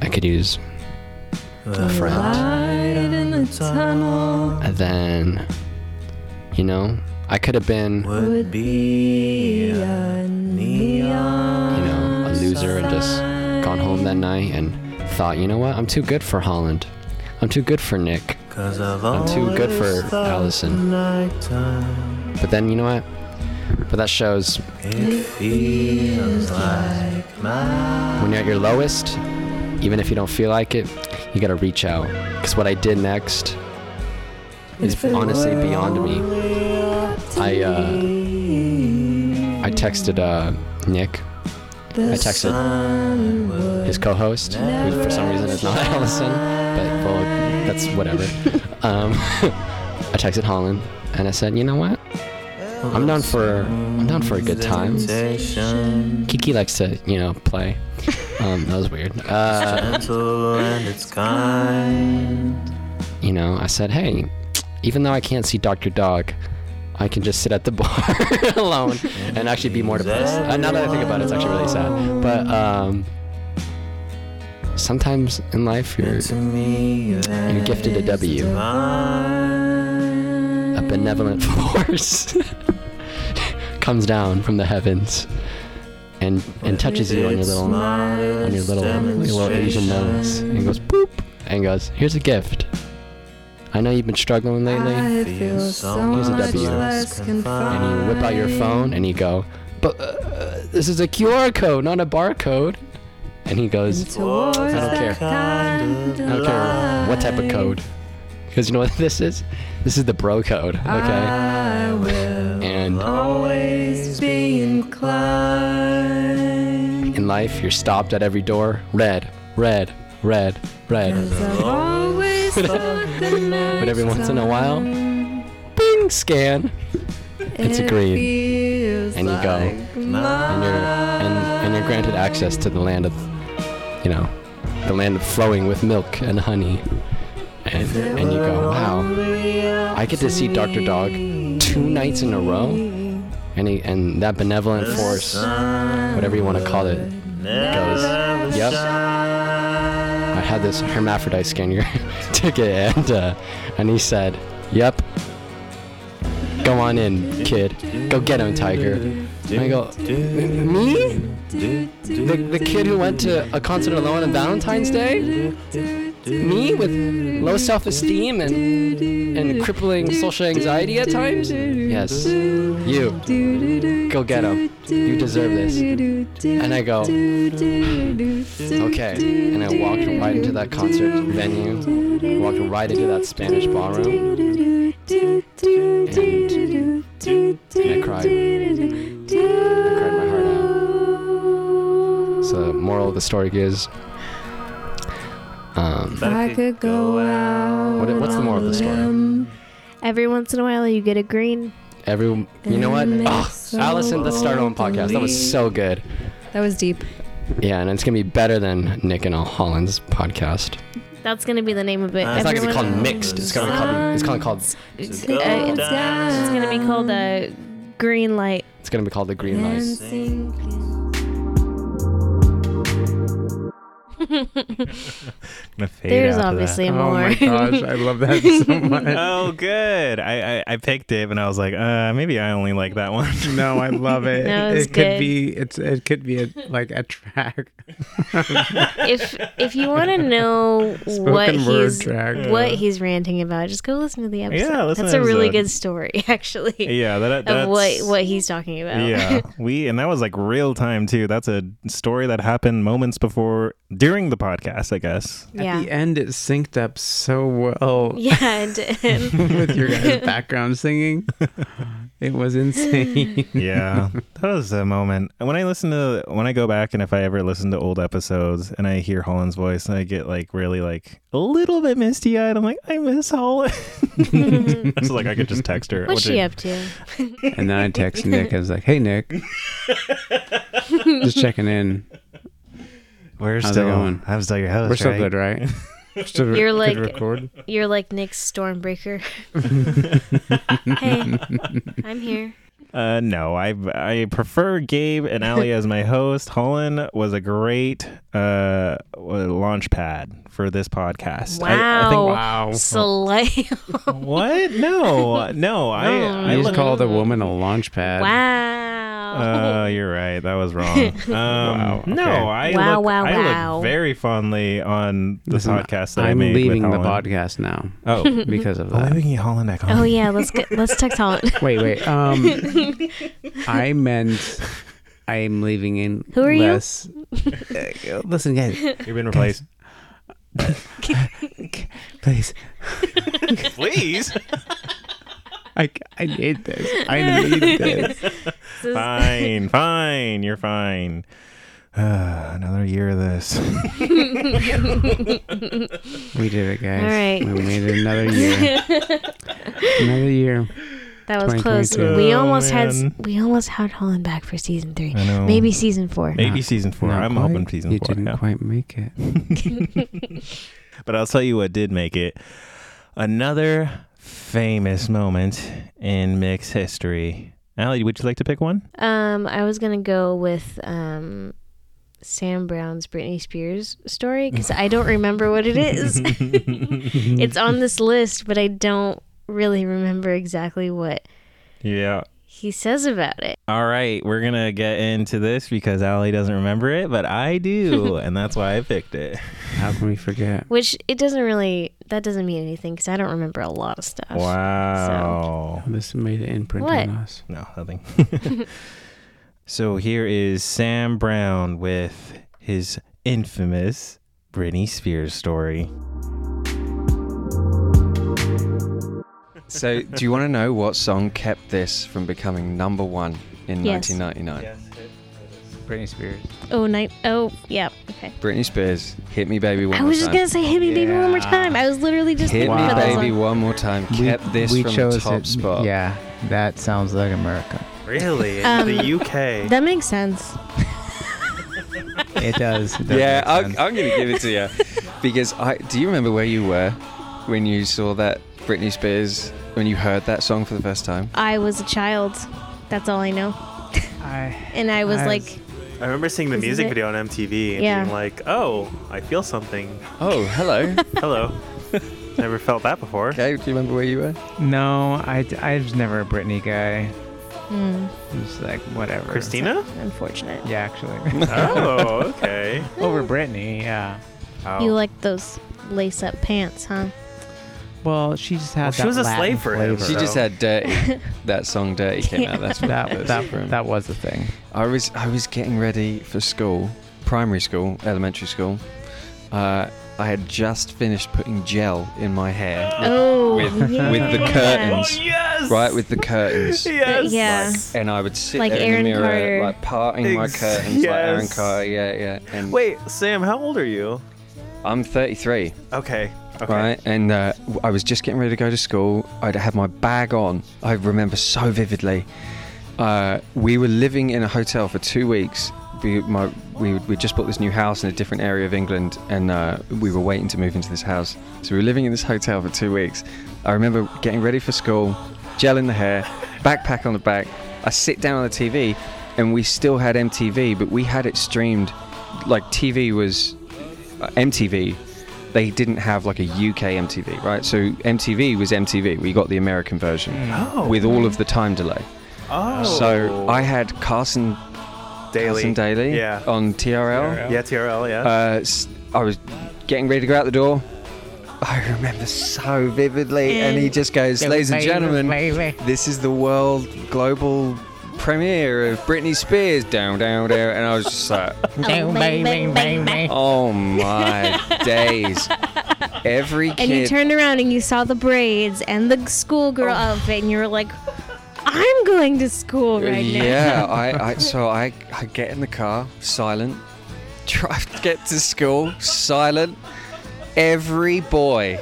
Speaker 8: I could use
Speaker 7: The
Speaker 8: friend.
Speaker 7: light in the tunnel
Speaker 8: And then, you know, I could have been, you
Speaker 7: would be a neon.
Speaker 8: know, a loser and just gone home that night and thought, you know what, I'm too good for Holland. I'm too good for Nick.
Speaker 7: Cause I've
Speaker 8: I'm too good
Speaker 7: always
Speaker 8: for
Speaker 7: thought
Speaker 8: Allison.
Speaker 7: Nighttime,
Speaker 8: But then, you know what? But that shows
Speaker 7: it feels like my.
Speaker 8: when you're at your lowest, even if you don't feel like it, you gotta reach out. Because what I did next is honestly beyond me. I uh, I texted uh, Nick. I texted his co-host, who for some reason is not <laughs> Allison, but well, that's
Speaker 7: <laughs>
Speaker 8: whatever. um, <laughs> I texted Holland, and I said, you know what? I'm down for I'm down for a good time.
Speaker 7: Sensation,
Speaker 8: Kiki likes to, you know, play. Um, that was
Speaker 7: <laughs>
Speaker 8: weird. Uh,
Speaker 7: gentle and it's kind.
Speaker 8: you know, I said, hey, even though I can't see Dr. Dog, I can just sit at the <laughs> bar alone and actually be more depressed. Uh, now that I think about it, it's actually really sad. But um, sometimes in life, you're,
Speaker 7: To me, that
Speaker 8: you're gifted a W,
Speaker 7: mine.
Speaker 8: a benevolent force comes down from the heavens and, and touches you on your little on your little, your little Asian nose and goes boop and goes, here's a gift. I know you've been struggling lately.
Speaker 7: I feel so
Speaker 8: Here's a
Speaker 7: much
Speaker 8: W.
Speaker 7: less
Speaker 8: and you whip out your phone and you go, but uh, uh, this is a QR code, not a barcode. And he goes,
Speaker 7: Towards I
Speaker 8: don't care. I don't care what type of code. Because you know what <laughs> this is? This is the bro code, okay?
Speaker 7: I will
Speaker 8: And
Speaker 7: always be inclined.
Speaker 8: in life, you're stopped at every door. Red, red, red, red.
Speaker 7: I've
Speaker 8: <laughs>
Speaker 7: always
Speaker 8: But every once in a while, bing, scan. It's a green.
Speaker 7: feels
Speaker 8: And you go. and you're and, and you're granted access to the land of you know the land of flowing with milk and honey and, and you go wow i get to see dr dog two nights in a row and he, and that benevolent force whatever you want to call it goes yep i had this hermaphrodite scanner <laughs> ticket and uh, and he said yep go on in kid go get him tiger and i go me the, the kid who went to a concert alone on Valentine's Day? Me with low self esteem and, and crippling social anxiety at times? Yes. You. Go get him. You deserve this. And I go, okay. And I walked right into that concert venue, walked right into that Spanish ballroom. And, and I cried. I cried my heart out. So the moral of the story is, um,
Speaker 7: I could go out.
Speaker 8: what, what's the moral of the story?
Speaker 1: Every once in a while, you get a green.
Speaker 8: Every, you know what? Oh, Allison, let's start our own podcast. That was so good.
Speaker 4: That was deep.
Speaker 8: Yeah, and it's gonna be better than Nick and Al Holland's podcast.
Speaker 1: That's gonna be the name of it.
Speaker 8: Uh, It's not gonna be
Speaker 1: Everyone-
Speaker 8: called mixed. It's gonna be called. It's gonna be called.
Speaker 1: It's, uh, it's, it's gonna be called a green light.
Speaker 8: It's gonna be called the Green Lights.
Speaker 2: gonna fade
Speaker 1: There's
Speaker 2: out of that.
Speaker 1: obviously
Speaker 3: Oh
Speaker 1: more. <laughs>
Speaker 3: my gosh, I love that so much.
Speaker 2: <laughs> Oh, good. I, I I picked it, and I was like, uh, maybe I only like that one. <laughs>
Speaker 3: No, I love it.
Speaker 1: That
Speaker 3: it
Speaker 1: was
Speaker 3: could
Speaker 1: good.
Speaker 3: be it's it could be a, like a track.
Speaker 1: if if you
Speaker 2: <laughs>
Speaker 1: want to know what
Speaker 3: Spoken word
Speaker 1: he's
Speaker 3: track.
Speaker 1: what he's ranting about, just go listen to the episode.
Speaker 2: Yeah, listen
Speaker 1: that's
Speaker 2: to
Speaker 1: a really
Speaker 2: episode.
Speaker 1: good story, <laughs> actually,
Speaker 2: yeah, that, that's
Speaker 1: of what what he's talking about. <laughs>
Speaker 2: yeah we and that was like real time too that's a story that happened moments before during the podcast i guess
Speaker 1: yeah,
Speaker 3: At the end, it synced up so well
Speaker 1: <laughs> yeah.
Speaker 2: <laughs>
Speaker 1: It did.
Speaker 3: <laughs> with your guys'
Speaker 1: <laughs>
Speaker 3: background singing. It was insane.
Speaker 2: yeah that was a moment And when i listen to when i go back and if i ever listen to old episodes and i hear holland's voice and i get like really like a little bit misty-eyed i'm like i
Speaker 1: <laughs>
Speaker 2: miss holland so like i could just text her
Speaker 1: What's
Speaker 2: which
Speaker 1: she
Speaker 2: I-
Speaker 1: up to? <laughs>
Speaker 3: And then I text Nick. I was like, "Hey, Nick, just checking in.
Speaker 2: we're
Speaker 3: How's it
Speaker 2: still
Speaker 3: going?
Speaker 2: i was like your host
Speaker 3: We're still
Speaker 2: right?
Speaker 3: <laughs> good, right?" So we
Speaker 1: You're
Speaker 3: could
Speaker 1: like- <laughs>
Speaker 3: record.
Speaker 1: You're like Nick's
Speaker 2: <laughs>
Speaker 1: Stormbreaker. hey, I'm here.
Speaker 2: Uh, no, I I prefer Gabe and Ali as my host. Holland was a great uh launch pad for this podcast. I, I think,
Speaker 1: Wow. Slay.
Speaker 2: <laughs> what? <laughs> No, no. I, I
Speaker 3: You just
Speaker 2: look-
Speaker 3: <laughs> called a woman a launch
Speaker 1: <laughs>
Speaker 3: pad.
Speaker 1: wow.
Speaker 2: <laughs> Uh, you're right. That was wrong. Um, No,
Speaker 3: okay.
Speaker 2: I
Speaker 1: Wow,
Speaker 2: look,
Speaker 1: wow,
Speaker 2: I look
Speaker 1: wow.
Speaker 2: very fondly on the
Speaker 3: Listen,
Speaker 2: podcast that I
Speaker 3: I'm
Speaker 2: made
Speaker 3: leaving
Speaker 2: with
Speaker 3: the
Speaker 2: Holland.
Speaker 1: <laughs>
Speaker 3: podcast now <laughs>
Speaker 2: Oh,
Speaker 3: because of
Speaker 2: oh, maybe
Speaker 3: that.
Speaker 2: we can get Holland back on.
Speaker 1: oh yeah, let's get let's text Holland. <laughs>
Speaker 3: wait, wait. Um, I meant I'm leaving in.
Speaker 1: Who are you? <laughs>
Speaker 3: less. you? Listen, guys,
Speaker 2: You've been replaced. <laughs>
Speaker 3: please.
Speaker 2: Please.
Speaker 3: I, I need this. I need this.
Speaker 2: <laughs> fine, fine. You're fine. <sighs> Uh, another year of this.
Speaker 3: <laughs>
Speaker 2: <laughs>
Speaker 3: We did it, guys.
Speaker 1: All right.
Speaker 3: We made it another year.
Speaker 1: <laughs>
Speaker 3: another year.
Speaker 1: That was close.
Speaker 3: 2022.
Speaker 1: We almost
Speaker 2: Oh, man.
Speaker 1: had we almost had Holland back for season three.
Speaker 2: I
Speaker 9: Oh.
Speaker 2: know.
Speaker 1: Maybe season four.
Speaker 2: Maybe
Speaker 3: Not-
Speaker 2: season four.
Speaker 3: Not
Speaker 2: I'm
Speaker 3: quite.
Speaker 2: hoping season
Speaker 3: you
Speaker 2: four.
Speaker 3: didn't
Speaker 2: yeah.
Speaker 3: quite make it.
Speaker 2: <laughs> But I'll tell you what did make it another famous moment in mix history. Allie, would you like to pick one?
Speaker 1: Um, I was gonna go with um, Sam Brown's Britney Spears story because I don't remember what
Speaker 9: <laughs>
Speaker 1: it is. it's on this list, but I don't really remember exactly what
Speaker 2: Yeah.
Speaker 1: he says about it.
Speaker 2: All right, we're gonna get into this because Allie doesn't remember it, but I <laughs> do, and that's why I picked it.
Speaker 3: How can we forget?
Speaker 1: Which it doesn't really. That doesn't mean anything because I don't remember a lot of stuff.
Speaker 2: Wow.
Speaker 3: This made an imprint
Speaker 1: What?
Speaker 3: on us.
Speaker 2: No, nothing. <laughs> so here is Sam Brown with his infamous Britney Spears story.
Speaker 9: So, do you want to know what song kept this from becoming number one in
Speaker 1: Yes.
Speaker 9: 1999?
Speaker 6: Britney Spears.
Speaker 1: Oh night. Oh yeah. Okay.
Speaker 9: Britney Spears, "Hit Me, Baby, One
Speaker 1: I
Speaker 9: More
Speaker 1: was just
Speaker 9: Time."
Speaker 1: gonna say "Hit Me, Baby" one more time. I was literally just
Speaker 9: "Hit
Speaker 1: thinking about
Speaker 9: Me,
Speaker 1: that
Speaker 9: Baby,
Speaker 1: song.
Speaker 9: One More Time" kept this from the top spot.
Speaker 6: Yeah, that sounds like America.
Speaker 2: Really?
Speaker 1: Um,
Speaker 2: the UK.
Speaker 1: That makes sense.
Speaker 6: It does. It
Speaker 9: <laughs>
Speaker 6: does
Speaker 9: yeah,
Speaker 6: make
Speaker 9: I'm,
Speaker 6: sense.
Speaker 9: I'm gonna give it to you <laughs> because I. Do you remember where you were when you saw that Britney Spears when you heard that song for the first time?
Speaker 1: I was a child. That's all I know.
Speaker 6: I,
Speaker 1: And I was
Speaker 6: I
Speaker 1: like,
Speaker 6: was-
Speaker 10: I remember seeing the
Speaker 1: Isn't
Speaker 10: music
Speaker 1: it-
Speaker 10: video on MTV and
Speaker 1: Yeah.
Speaker 10: being like, "Oh, I feel something."
Speaker 9: Oh, hello. <laughs>
Speaker 10: Hello. Never felt that before.
Speaker 9: okay, do you remember where you were?
Speaker 6: no, I, I was never a Britney guy.
Speaker 1: hmm,
Speaker 6: Just like whatever.
Speaker 9: <laughs>
Speaker 10: Christina?
Speaker 1: unfortunate.
Speaker 6: Yeah, actually,
Speaker 10: Oh, okay.
Speaker 6: <laughs> over Britney. Yeah.
Speaker 10: Oh.
Speaker 1: You like those lace up pants, huh?
Speaker 6: Well, she just had.
Speaker 10: Well, she
Speaker 6: that
Speaker 10: was a
Speaker 6: Latin
Speaker 10: slave for him.
Speaker 6: flavor.
Speaker 9: She just had
Speaker 6: <laughs>
Speaker 9: "Dirty." that song "Dirty" came out. That's what it <laughs>
Speaker 6: that
Speaker 9: was
Speaker 6: that,
Speaker 9: from.
Speaker 6: that was the thing.
Speaker 9: I was I was getting ready for school, primary school, elementary school. Uh, I had just finished putting gel in my hair,
Speaker 1: Oh,
Speaker 9: With-
Speaker 1: yeah.
Speaker 9: with the curtains.
Speaker 10: Oh, yes.
Speaker 9: right with the
Speaker 10: <laughs>
Speaker 9: curtains,
Speaker 10: Yes.
Speaker 1: <laughs> Yeah.
Speaker 9: and I would sit
Speaker 1: Like
Speaker 9: there
Speaker 1: Aaron
Speaker 9: in the mirror,
Speaker 1: Carter.
Speaker 9: like parting my
Speaker 10: Ex-
Speaker 9: curtains, like Aaron
Speaker 10: yes.
Speaker 9: Carter. Yeah, yeah. And
Speaker 10: Wait, Sam, how old are you?
Speaker 9: I'm 33,
Speaker 10: Okay. Okay.
Speaker 9: right? And uh, w- I was just getting ready to go to school. I'd have my bag on. I remember so vividly. Uh, we were living in a hotel for two weeks. We, my, we, we just bought this new house in a different area of England, and uh, we were waiting to move into this house. So we were living in this hotel for two weeks. I remember getting ready for school, gel in the hair, backpack on the back. I sit down on the TV, and we still had MTV, but we had it streamed. Like TV was uh, MTV. They didn't have like a UK MTV, right? So MTV was MTV. We got the American version
Speaker 10: Oh.
Speaker 9: with all of the time delay.
Speaker 10: oh.
Speaker 9: So I had Carson
Speaker 10: daily.
Speaker 9: Carson Daly
Speaker 10: Yeah.
Speaker 9: on TRL.
Speaker 10: Yeah, TRL. Yeah.
Speaker 9: Uh, s- I was getting ready to go out the door. I remember so vividly, and he just goes, "Ladies and gentlemen, this is the world global premiere of Britney Spears." Down, down, down, and I was just
Speaker 6: <laughs>
Speaker 9: like, "Oh my days!" Every kid.
Speaker 1: And you turned around and you saw the braids and the schoolgirl outfit, and you were like, I'm going to school right
Speaker 9: yeah, I, I so I, I get in the car, silent. Drive <laughs> get to school, silent. Every boy,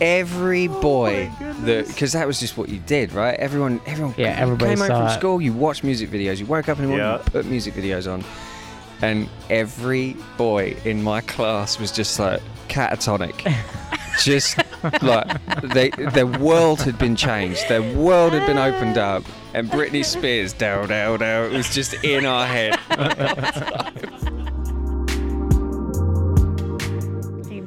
Speaker 9: every
Speaker 6: Oh
Speaker 9: boy, because that was just what you did, right? Everyone, everyone,
Speaker 6: Yeah,
Speaker 9: you
Speaker 6: everybody
Speaker 9: came home
Speaker 6: saw
Speaker 9: from
Speaker 6: it.
Speaker 9: school. You watched music videos. You woke up in the morning,
Speaker 10: Yeah.
Speaker 9: you put music videos on. and every boy in my class was just like catatonic. just like they, their world had been changed, their world had been opened up, and Britney Spears, dow dow dow, it was just in our head.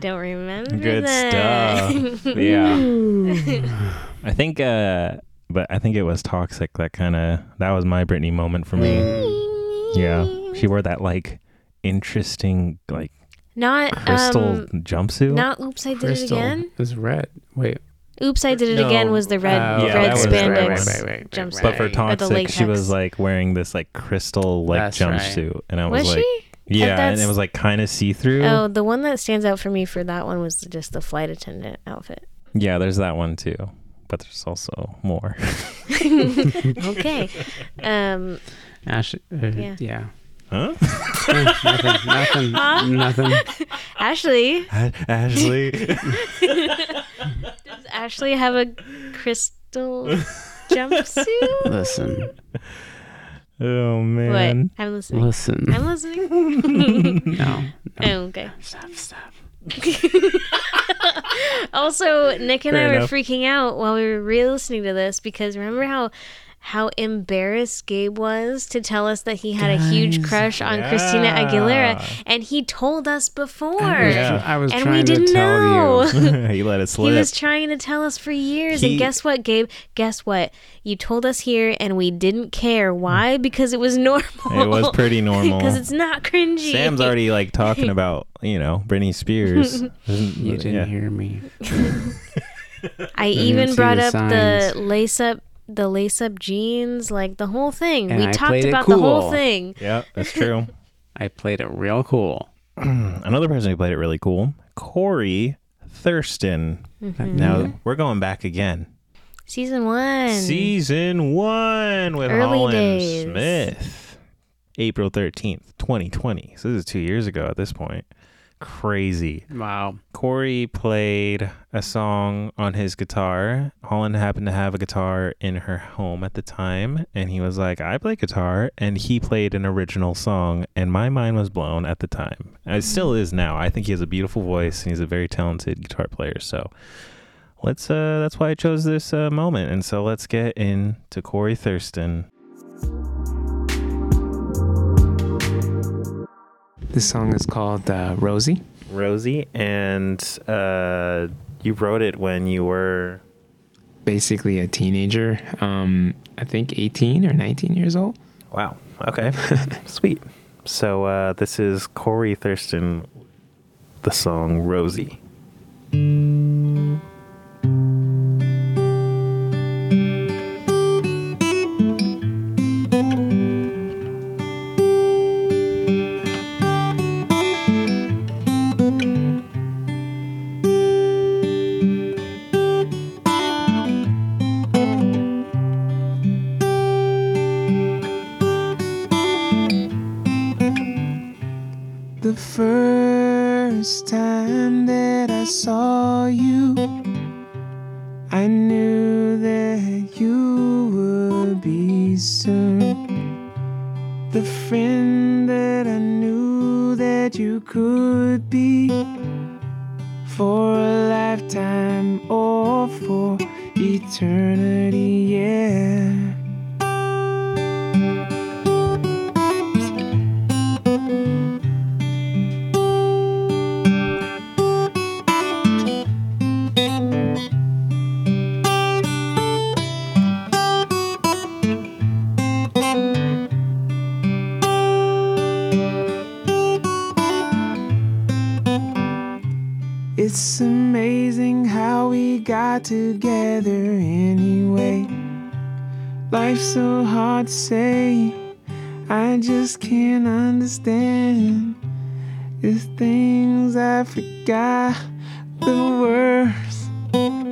Speaker 1: I don't remember.
Speaker 2: Good
Speaker 1: that. <laughs>
Speaker 2: stuff. yeah. <laughs> I think, uh, but I think it was toxic. That kind of that was my Britney moment for me.
Speaker 1: Mm.
Speaker 2: Yeah, she wore that like interesting like
Speaker 1: Not
Speaker 2: crystal
Speaker 1: um,
Speaker 2: jumpsuit.
Speaker 1: Not oops, I did
Speaker 3: Crystal
Speaker 1: it again.
Speaker 3: is red. Wait.
Speaker 1: Oops, I did it again
Speaker 3: No.
Speaker 1: was the red
Speaker 3: Oh,
Speaker 2: Yeah,
Speaker 1: red
Speaker 2: that was- right,
Speaker 1: spandex
Speaker 2: right,
Speaker 3: right, right, right,
Speaker 1: jumpsuit.
Speaker 2: but for
Speaker 1: or the
Speaker 2: toxic, she
Speaker 1: latex.
Speaker 2: was like wearing this like crystal like
Speaker 3: That's right.
Speaker 2: jumpsuit, and I was,
Speaker 1: Was
Speaker 2: like,
Speaker 1: she?
Speaker 2: yeah, and
Speaker 1: that's-
Speaker 2: it was like kind of see through.
Speaker 1: Oh, the one that stands out for me for that one was just the flight attendant outfit.
Speaker 2: Yeah, there's that one too, but there's also more.
Speaker 1: Okay. um,
Speaker 3: Ash. Uh,
Speaker 1: Yeah.
Speaker 3: yeah.
Speaker 2: <laughs> <laughs> huh?
Speaker 1: <laughs>
Speaker 3: nothing. Nothing. nothing.
Speaker 1: Ashley, <laughs>
Speaker 2: Ashley.
Speaker 1: does Ashley have a crystal
Speaker 3: <laughs>
Speaker 1: jumpsuit?
Speaker 3: Listen.
Speaker 2: oh man.
Speaker 1: What? I'm listening.
Speaker 3: Listen.
Speaker 1: I'm listening.
Speaker 3: no.
Speaker 1: Oh, okay.
Speaker 3: Stop. Stop.
Speaker 1: <laughs> Also, Nick and
Speaker 2: Fair
Speaker 1: I
Speaker 2: enough.
Speaker 1: were freaking out while we were re-listening to this because remember how how embarrassed Gabe was to tell us that he had a huge crush on Christina Aguilera, and he told us before.
Speaker 2: Yeah.
Speaker 3: I was
Speaker 1: And we
Speaker 3: trying
Speaker 1: didn't
Speaker 3: to tell
Speaker 1: know.
Speaker 3: you.
Speaker 2: <laughs> he let it
Speaker 1: He
Speaker 2: slip.
Speaker 1: was trying to tell us for years.
Speaker 2: He-
Speaker 1: and guess what, Gabe? Guess what? You told us here and we didn't care. Why? Because it was <laughs> normal.
Speaker 2: it was
Speaker 1: <laughs>
Speaker 2: pretty normal.
Speaker 1: Because it's not cringy.
Speaker 2: Sam's already
Speaker 1: <laughs>
Speaker 2: like talking about you know Britney Spears.
Speaker 3: You didn't hear me.
Speaker 1: I
Speaker 3: didn't
Speaker 1: even
Speaker 3: see
Speaker 1: brought
Speaker 3: the
Speaker 1: up
Speaker 3: signs.
Speaker 1: the lace up the lace up jeans, like the whole thing.
Speaker 3: And
Speaker 1: we
Speaker 3: I
Speaker 1: talked
Speaker 3: played it
Speaker 1: about the whole
Speaker 3: cool.
Speaker 1: thing.
Speaker 2: Yeah, that's true.
Speaker 3: I played it real cool.
Speaker 2: Another person who played it really cool, Corey Thurston.
Speaker 1: Mm-hmm.
Speaker 2: Now we're going back again.
Speaker 1: Season one.
Speaker 2: Season one with
Speaker 1: Early
Speaker 2: Holland
Speaker 1: days.
Speaker 2: Smith. April 13th, 2020. So this is two years ago at this point. Crazy.
Speaker 3: Wow.
Speaker 2: Corey played a song on his guitar. Holland happened to have a guitar in her home at the time, and he was like, I play guitar. And he played an original song, and my mind was blown at the time. It still is now. I think he has a beautiful voice, and he's a very talented guitar player. So let's, uh, that's why I chose this uh, moment. And so let's get into Corey Thurston.
Speaker 3: This song is called uh, Rosie.
Speaker 2: Rosie, and uh, you wrote it when you were.
Speaker 11: basically a teenager. Um, I think 18 or 19 years old.
Speaker 2: Wow. Okay. <laughs> Sweet. So uh, this is Corey Thurston, the song Rosie.
Speaker 11: The first time that I saw you, I knew that you would be soon. The friend that I knew that you could be for a lifetime or for eternity, yeah. It's amazing how we got together anyway. Life's so hard to say, I just can't understand. It's things I forgot Mm-hmm. the words. hmm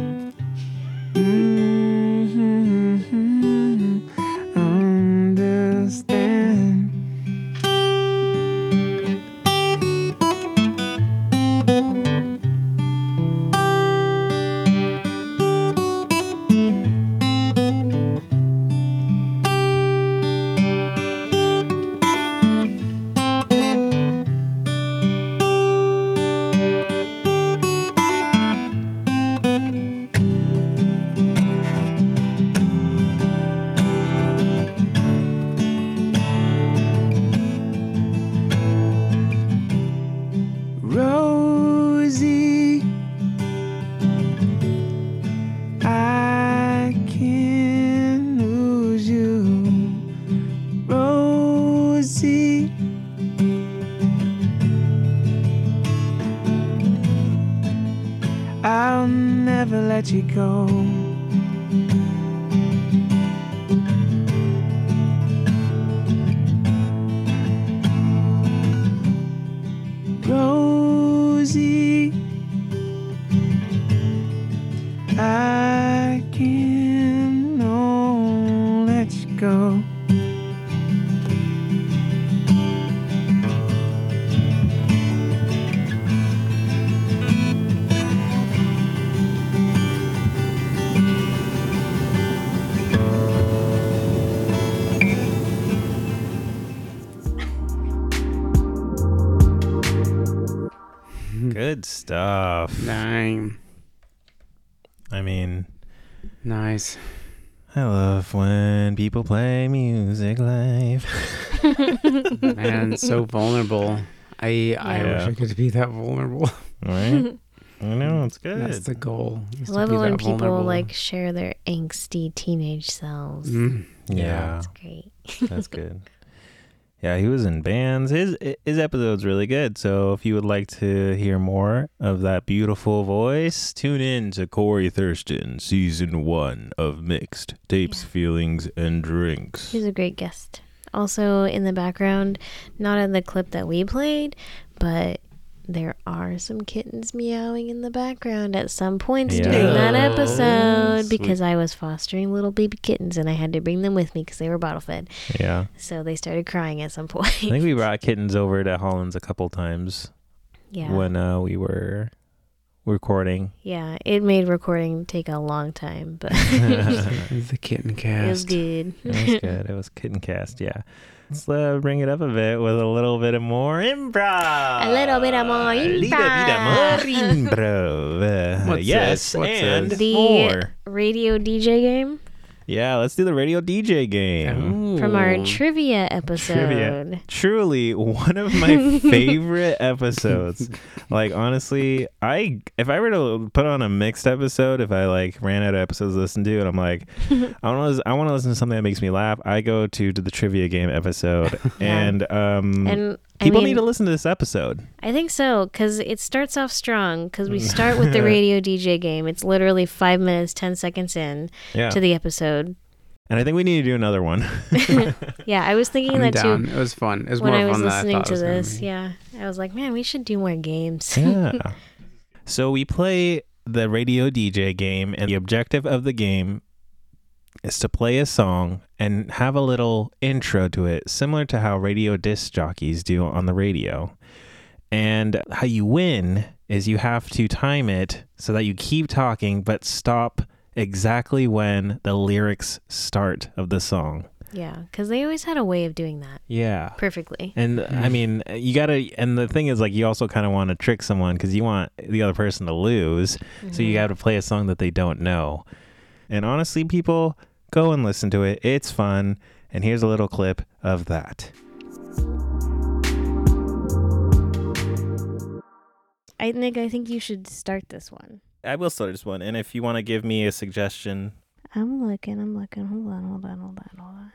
Speaker 11: Understand. never let you go.
Speaker 7: Rosie. I can no let you go.
Speaker 3: Hmm.
Speaker 2: Good stuff.
Speaker 3: Nine.
Speaker 2: I mean,
Speaker 1: <laughs>
Speaker 3: nice.
Speaker 2: I love when people play music live.
Speaker 3: Man, so vulnerable. I I
Speaker 2: Yeah.
Speaker 3: wish I could be that vulnerable. <laughs>
Speaker 2: Right? <laughs> I know it's good.
Speaker 3: That's the goal. is
Speaker 1: I
Speaker 3: to
Speaker 1: love
Speaker 3: be
Speaker 1: it when
Speaker 3: that
Speaker 1: people
Speaker 3: vulnerable.
Speaker 1: like share their angsty teenage selves.
Speaker 3: Mm.
Speaker 2: Yeah.
Speaker 1: That's great. <laughs>
Speaker 2: That's good. Yeah, he was in bands. His his episode's really good. So if you would like to hear more of that beautiful voice, tune in to Corey Thurston, season one of Mixed Tapes, Feelings, and Drinks.
Speaker 1: He's a great guest. Also in the background, not in the clip that we played, but there are some kittens meowing in the background at some points during that
Speaker 7: Yeah.
Speaker 1: episode
Speaker 7: Sweet.
Speaker 1: because I was fostering little baby kittens and I had to bring them with me because they were bottle fed.
Speaker 2: Yeah.
Speaker 1: So they started crying at some <laughs>
Speaker 2: I
Speaker 1: point.
Speaker 2: think we brought kittens over to Holland's a couple times
Speaker 1: yeah.
Speaker 2: when uh, we were recording.
Speaker 1: Yeah. It made recording take a long time,
Speaker 2: <laughs>
Speaker 1: but <laughs>
Speaker 3: the kitten
Speaker 1: it was
Speaker 3: cast.
Speaker 1: good. <laughs>
Speaker 2: It was good. It was kitten cast. Yeah. Let's uh, bring it up a bit with a little bit of more improv.
Speaker 1: A little bit of more improv.
Speaker 2: Little bit of more improv. Uh,
Speaker 7: What's
Speaker 2: yes,
Speaker 7: this? What's
Speaker 2: and
Speaker 7: this?
Speaker 1: The
Speaker 2: more.
Speaker 1: radio DJ game
Speaker 2: Yeah, let's do the radio DJ game.
Speaker 1: from our trivia episode.
Speaker 2: Trivia. Truly one of
Speaker 1: <laughs>
Speaker 2: my favorite episodes. Like honestly, I if I were to put on a mixed episode, if I like ran out of episodes to listen to, and I'm
Speaker 1: <laughs>
Speaker 2: like, I want to I want to listen to something that makes me laugh. I go to, to the trivia
Speaker 1: <laughs>
Speaker 2: game episode, and um,
Speaker 1: And, I
Speaker 2: people need
Speaker 1: mean-
Speaker 2: to listen to this episode.
Speaker 1: I think so, because it starts off strong, because
Speaker 2: <laughs>
Speaker 1: we start with the radio DJ game. It's literally five minutes, 10 seconds in
Speaker 2: Yeah.
Speaker 1: to the episode.
Speaker 2: And I think we need to do another one.
Speaker 1: <laughs> Yeah, I was thinking
Speaker 3: I'm
Speaker 1: that
Speaker 3: down.
Speaker 1: too
Speaker 3: It was fun. It was
Speaker 1: when
Speaker 3: more
Speaker 1: I was
Speaker 3: fun than I
Speaker 1: listening
Speaker 3: thought it
Speaker 1: to
Speaker 3: was gonna
Speaker 1: this. Yeah. I was like, man, we should do more games.
Speaker 2: yeah. <laughs> So we play the radio DJ game, and the objective of the game is to play a song and have a little intro to it, similar to how radio disc jockeys do on the radio. And how you win is you have to time it so that you keep talking but stop exactly when the lyrics start of the song.
Speaker 1: <laughs> Yeah, because they always had a way of doing that
Speaker 2: Yeah.
Speaker 1: perfectly.
Speaker 2: And I mean, you gotta. And the thing is, like, you also kind of want to trick someone because you want the other person to lose. So you got to play a song that they don't know. And honestly, people, go and listen to it. It's fun. And here's a little clip of that.
Speaker 1: I Nick, I think you should start this one.
Speaker 2: I will start this one. And if you want to give me a suggestion,
Speaker 1: I'm looking, I'm looking. Hold on, hold on, hold on, hold on.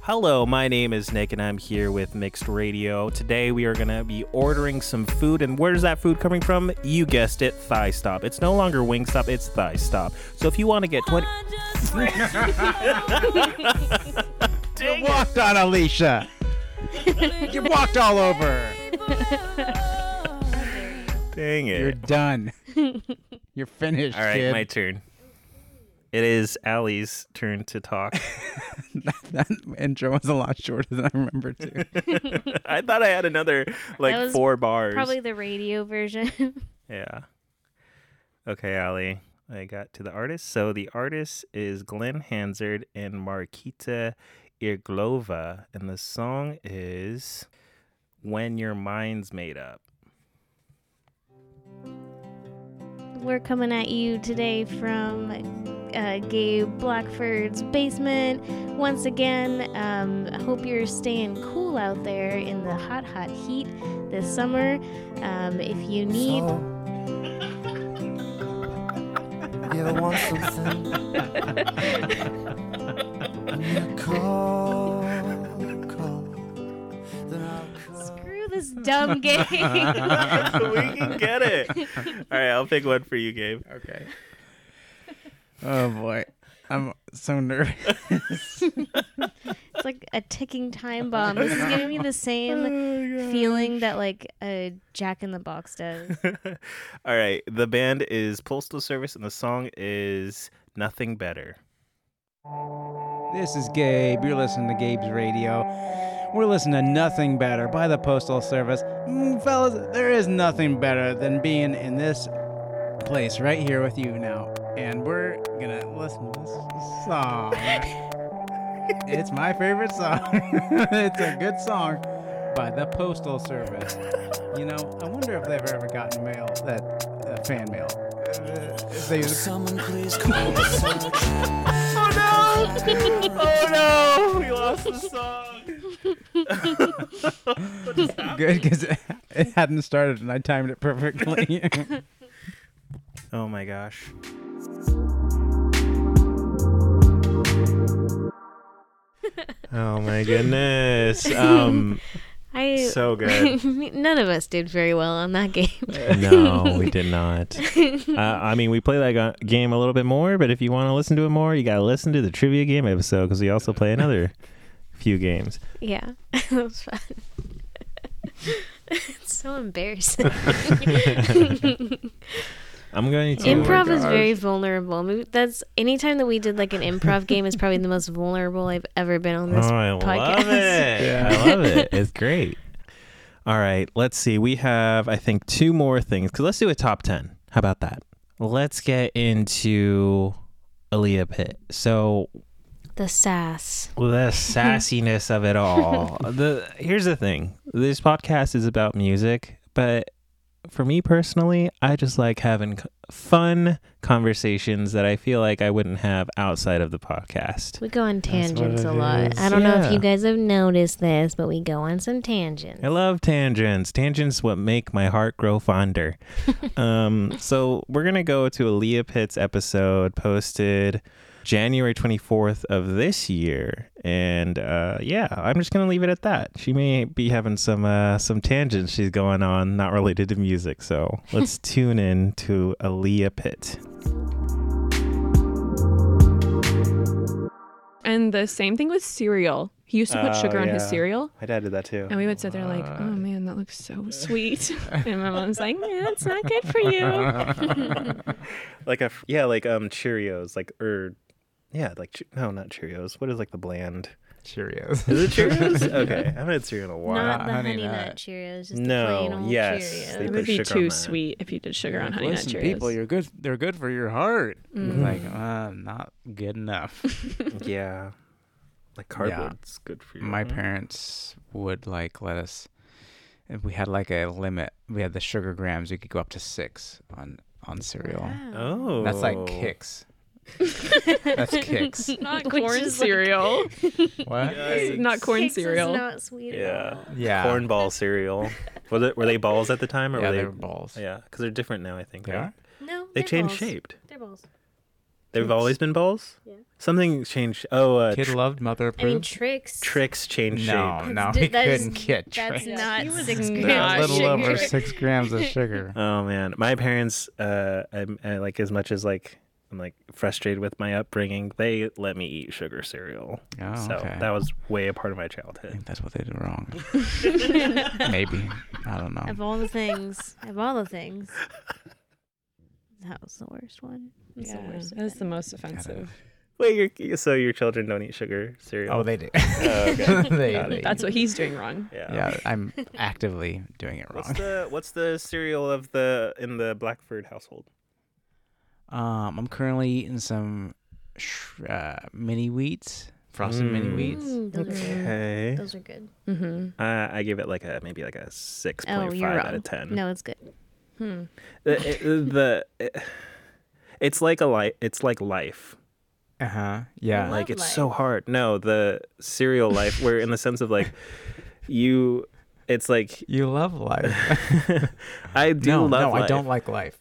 Speaker 2: Hello, my name is Nick, and I'm here with Mixed Radio. Today, we are going to be ordering some food, and where's that food coming from? You guessed it, Thigh Stop. It's no longer Wing Stop, it's Thigh Stop. So if you want to get 20.
Speaker 6: <gasps> You walked
Speaker 1: <laughs>
Speaker 6: on Alicia. you walked all over.
Speaker 2: Dang it.
Speaker 6: <laughs>
Speaker 1: <laughs>
Speaker 6: You're done. You're finished.
Speaker 2: All right,
Speaker 6: kid.
Speaker 2: my turn. It is Allie's turn to <laughs> talk.
Speaker 6: <laughs> that intro was a lot shorter than I remember too.
Speaker 2: I thought I had another
Speaker 1: That
Speaker 2: like
Speaker 1: was
Speaker 2: four bars.
Speaker 1: Probably the radio version. <laughs>
Speaker 2: Yeah. Okay, Allie. I got to the artist. So the artist is Glenn Hansard and Markita Irglova, and the song is "When Your Mind's Made Up."
Speaker 1: We're coming at you today from uh, Gabe Blackford's basement. Once again, um, I hope you're staying cool out there in the hot, hot heat this summer. Um, if you need.
Speaker 7: You ever want something? Call, call. Then I'll
Speaker 1: Screw this <laughs>
Speaker 12: dumb
Speaker 3: <laughs>
Speaker 12: game.
Speaker 7: we can
Speaker 2: get it. All right, I'll pick one for you, Gabe.
Speaker 6: Okay.
Speaker 2: Oh boy,
Speaker 6: I'm so
Speaker 1: <laughs>
Speaker 6: nervous.
Speaker 1: It's like a ticking time bomb. This is giving
Speaker 3: <laughs>
Speaker 1: me the
Speaker 6: Oh
Speaker 1: same feeling that like a Jack in the Box <laughs> does.
Speaker 2: <laughs> All right, the band is Postal Service, and the song is Nothing Better.
Speaker 6: This is Gabe. You're listening to Gabe's Radio. We're listening to Nothing Better by the Postal Service. Mm, fellas, there is nothing better than being in this place right here with you now. And we're going to listen to this song. it's my favorite song. <laughs> it's a good song by the Postal Service. You know, I wonder if they've ever gotten mail that uh, fan mail. Uh, if they
Speaker 7: Someone please call the song.
Speaker 2: Oh
Speaker 7: no!
Speaker 2: Oh no! We lost the song.
Speaker 6: <laughs> Good because it, it hadn't started and I timed
Speaker 1: <laughs>
Speaker 6: it perfectly.
Speaker 2: Oh my gosh. Oh <laughs> my goodness. Um,
Speaker 1: I
Speaker 2: so
Speaker 1: <laughs>
Speaker 2: good.
Speaker 1: none of us did very well on that game.
Speaker 2: <laughs>
Speaker 1: <laughs>
Speaker 2: No, we did not. Uh, I mean, we play that go- game a little bit more, but if you want to listen to it more, you got to listen to the trivia game episode because we also play <laughs> another few games.
Speaker 1: Yeah, <laughs> that was fun. it's so embarrassing.
Speaker 2: I'm going to.
Speaker 1: improv is very vulnerable. Maybe that's anytime that we did like an improv game is probably the most vulnerable I've ever been on
Speaker 2: Oh,
Speaker 1: this
Speaker 2: I
Speaker 1: podcast.
Speaker 2: love it. I
Speaker 1: <laughs>
Speaker 2: love it. It's great. All right, let's see. We have, I think, two more things. Cause let's do a top ten. How about that? Let's get into Aaliyah Pitt. So
Speaker 1: the sass. <laughs>
Speaker 2: the sassiness of it all. The here's the thing. This podcast is about music, but for me personally, I just like having c- fun conversations that I feel like I wouldn't have outside of the podcast.
Speaker 1: We go on tangents
Speaker 2: it
Speaker 1: a lot.
Speaker 2: is.
Speaker 1: I don't know
Speaker 2: Yeah.
Speaker 1: if you guys have noticed this, but we go on some tangents.
Speaker 2: I love tangents. Tangents what make my heart grow fonder. um, so we're gonna go to Aaliyah Pitt's episode posted January twenty fourth of this year, and uh, yeah, I'm just gonna leave it at that. She may be having some uh, some tangents she's going on, not related to music. So let's tune in to Aaliyah Pitt.
Speaker 13: And the same thing with cereal. He used to put
Speaker 2: Oh,
Speaker 13: sugar on his
Speaker 2: yeah.
Speaker 13: cereal.
Speaker 2: My dad did that too.
Speaker 13: And we would sit there like, oh man, that looks
Speaker 2: <laughs>
Speaker 13: so sweet. <laughs> and my mom's like, yeah, it's not good for you.
Speaker 2: like a yeah, like um Cheerios, like or yeah, like che- no, not Cheerios. What is like the bland Cheerios? Is it
Speaker 6: <laughs>
Speaker 2: Cheerios? okay, I haven't had cereal in a while.
Speaker 6: Uh,
Speaker 1: Not the honey nut, Cheerios, just the plain
Speaker 2: no,
Speaker 1: old
Speaker 2: yes,
Speaker 1: Cheerios.
Speaker 2: they
Speaker 13: it
Speaker 2: put
Speaker 13: would be
Speaker 2: sugar
Speaker 13: too
Speaker 2: on that.
Speaker 13: sweet if you did sugar on honey nut
Speaker 6: Listen,
Speaker 13: Cheerios.
Speaker 6: people, you're good. They're good for your heart.
Speaker 13: Mm.
Speaker 1: <laughs>
Speaker 6: Like, uh, not good enough.
Speaker 2: <laughs> yeah, like cardboard's good for you.
Speaker 6: My parents would like let us. If we had like a limit, we had the sugar grams. We could go up to six on on cereal.
Speaker 2: Oh,
Speaker 6: that's like
Speaker 1: <laughs>
Speaker 6: kicks. that's kicks.
Speaker 13: Not <laughs>
Speaker 1: Which
Speaker 13: corn
Speaker 1: is like-
Speaker 13: cereal.
Speaker 1: <laughs>
Speaker 6: What?
Speaker 13: not corn
Speaker 1: Kix is
Speaker 13: cereal. <laughs>
Speaker 1: not sweet at
Speaker 2: Yeah,
Speaker 6: Yeah.
Speaker 2: Cornball cereal. Was it? Were they balls at the time, or
Speaker 6: Yeah,
Speaker 2: were they,
Speaker 6: they were balls.
Speaker 2: Yeah, because they're different now. I think.
Speaker 6: They
Speaker 2: right?
Speaker 6: are?
Speaker 1: No,
Speaker 2: they
Speaker 1: they're
Speaker 2: changed
Speaker 1: balls.
Speaker 2: shaped.
Speaker 1: They're balls.
Speaker 2: They've always been balls. Yeah. Something changed. Oh, uh,
Speaker 6: Kid
Speaker 2: tr-
Speaker 6: loved mother
Speaker 1: I mean,
Speaker 6: approved.
Speaker 1: tricks.
Speaker 2: tricks changed
Speaker 6: No,
Speaker 2: shape.
Speaker 6: no,
Speaker 1: That's
Speaker 6: we
Speaker 1: di- that is-
Speaker 6: couldn't get
Speaker 1: that's
Speaker 6: tricks.
Speaker 1: not
Speaker 6: He was
Speaker 1: six
Speaker 6: a
Speaker 1: grams
Speaker 6: little
Speaker 1: sugar.
Speaker 6: over six grams of
Speaker 2: <laughs>
Speaker 6: sugar.
Speaker 2: Oh man, my parents, uh, I'm, I, like as much as like I'm like frustrated with my upbringing, they let me eat sugar cereal.
Speaker 6: Oh,
Speaker 2: so
Speaker 6: okay.
Speaker 2: that was way a part of my
Speaker 6: <laughs>
Speaker 2: childhood.
Speaker 6: That's what they
Speaker 2: <laughs>
Speaker 6: did wrong. Maybe I don't know.
Speaker 1: Of all the things, of all the things, that was the worst one. That's the
Speaker 13: Yeah,
Speaker 1: worst.
Speaker 13: that's the most offensive.
Speaker 2: Wait, your so your children don't eat sugar cereal? <laughs>
Speaker 6: Oh, they do.
Speaker 2: Oh,
Speaker 6: <laughs>
Speaker 2: okay.
Speaker 6: They-
Speaker 2: Got it.
Speaker 13: That's what he's doing wrong.
Speaker 2: Yeah.
Speaker 6: Yeah, I'm actively doing it
Speaker 2: Oh. What's
Speaker 6: wrong.
Speaker 2: the what's the cereal of the in the Blackford household?
Speaker 6: Um, I'm currently eating some sh- uh, mini wheats, frosted mini wheats.
Speaker 1: Mm, those Are
Speaker 2: Okay.
Speaker 1: good. Those are good.
Speaker 13: Mm-hmm.
Speaker 2: Uh, I give it like a maybe like a six
Speaker 1: Oh,
Speaker 2: point five
Speaker 1: you're wrong.
Speaker 2: out of ten.
Speaker 1: No, it's good.
Speaker 13: Hmm.
Speaker 2: the, it- uh, the it- it's like a life. It's like life.
Speaker 6: Uh huh. Yeah.
Speaker 2: like it's so hard no the serial life where in the sense of like you it's like <laughs>
Speaker 6: you love life <laughs>
Speaker 2: i <laughs> do
Speaker 6: no,
Speaker 2: love
Speaker 6: no,
Speaker 2: life.
Speaker 6: I don't like life.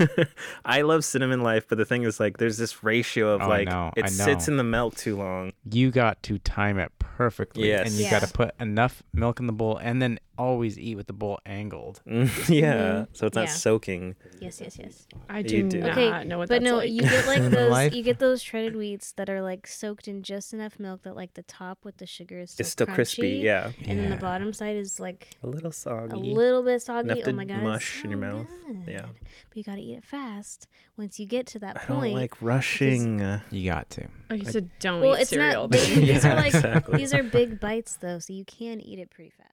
Speaker 2: <laughs> i love cinnamon life but the thing is like there's this ratio of
Speaker 6: Oh, I
Speaker 2: like
Speaker 6: know,
Speaker 2: it
Speaker 6: I
Speaker 2: sits
Speaker 6: know.
Speaker 2: in the melt too long <laughs>
Speaker 6: You got to time it perfectly,
Speaker 2: Yes.
Speaker 6: and you
Speaker 2: Yeah.
Speaker 6: got to put enough milk in the bowl, and then always eat with the bowl angled.
Speaker 2: yeah, so it's not
Speaker 1: Yeah.
Speaker 2: soaking.
Speaker 1: Yes, yes, yes.
Speaker 13: I
Speaker 2: do You do. not
Speaker 13: know what
Speaker 1: but
Speaker 13: that's
Speaker 1: no,
Speaker 13: like.
Speaker 1: you get like
Speaker 2: <laughs> In
Speaker 1: those
Speaker 2: life?
Speaker 1: you get those shredded wheats that are like soaked in just enough milk that like the top with the sugar is still,
Speaker 2: It's still crispy,
Speaker 1: crunchy,
Speaker 2: yeah.
Speaker 1: And then the
Speaker 2: Yeah.
Speaker 1: bottom side is like
Speaker 2: A little soggy.
Speaker 1: A little bit soggy.
Speaker 2: Enough
Speaker 1: oh
Speaker 2: to
Speaker 1: my god. it's
Speaker 2: mush in your
Speaker 1: so
Speaker 2: mouth. Yeah.
Speaker 1: good. But you got to eat it fast once you get to that
Speaker 2: I
Speaker 1: point.
Speaker 2: don't like rushing. uh,
Speaker 6: You got to.
Speaker 13: Oh, you said don't
Speaker 1: well,
Speaker 13: eat
Speaker 1: it's
Speaker 13: cereal.
Speaker 1: Not, they,
Speaker 6: Yeah,
Speaker 1: these are
Speaker 2: <laughs>
Speaker 1: like
Speaker 6: exactly.
Speaker 1: <laughs> these are big bites though, so you can eat it pretty fast.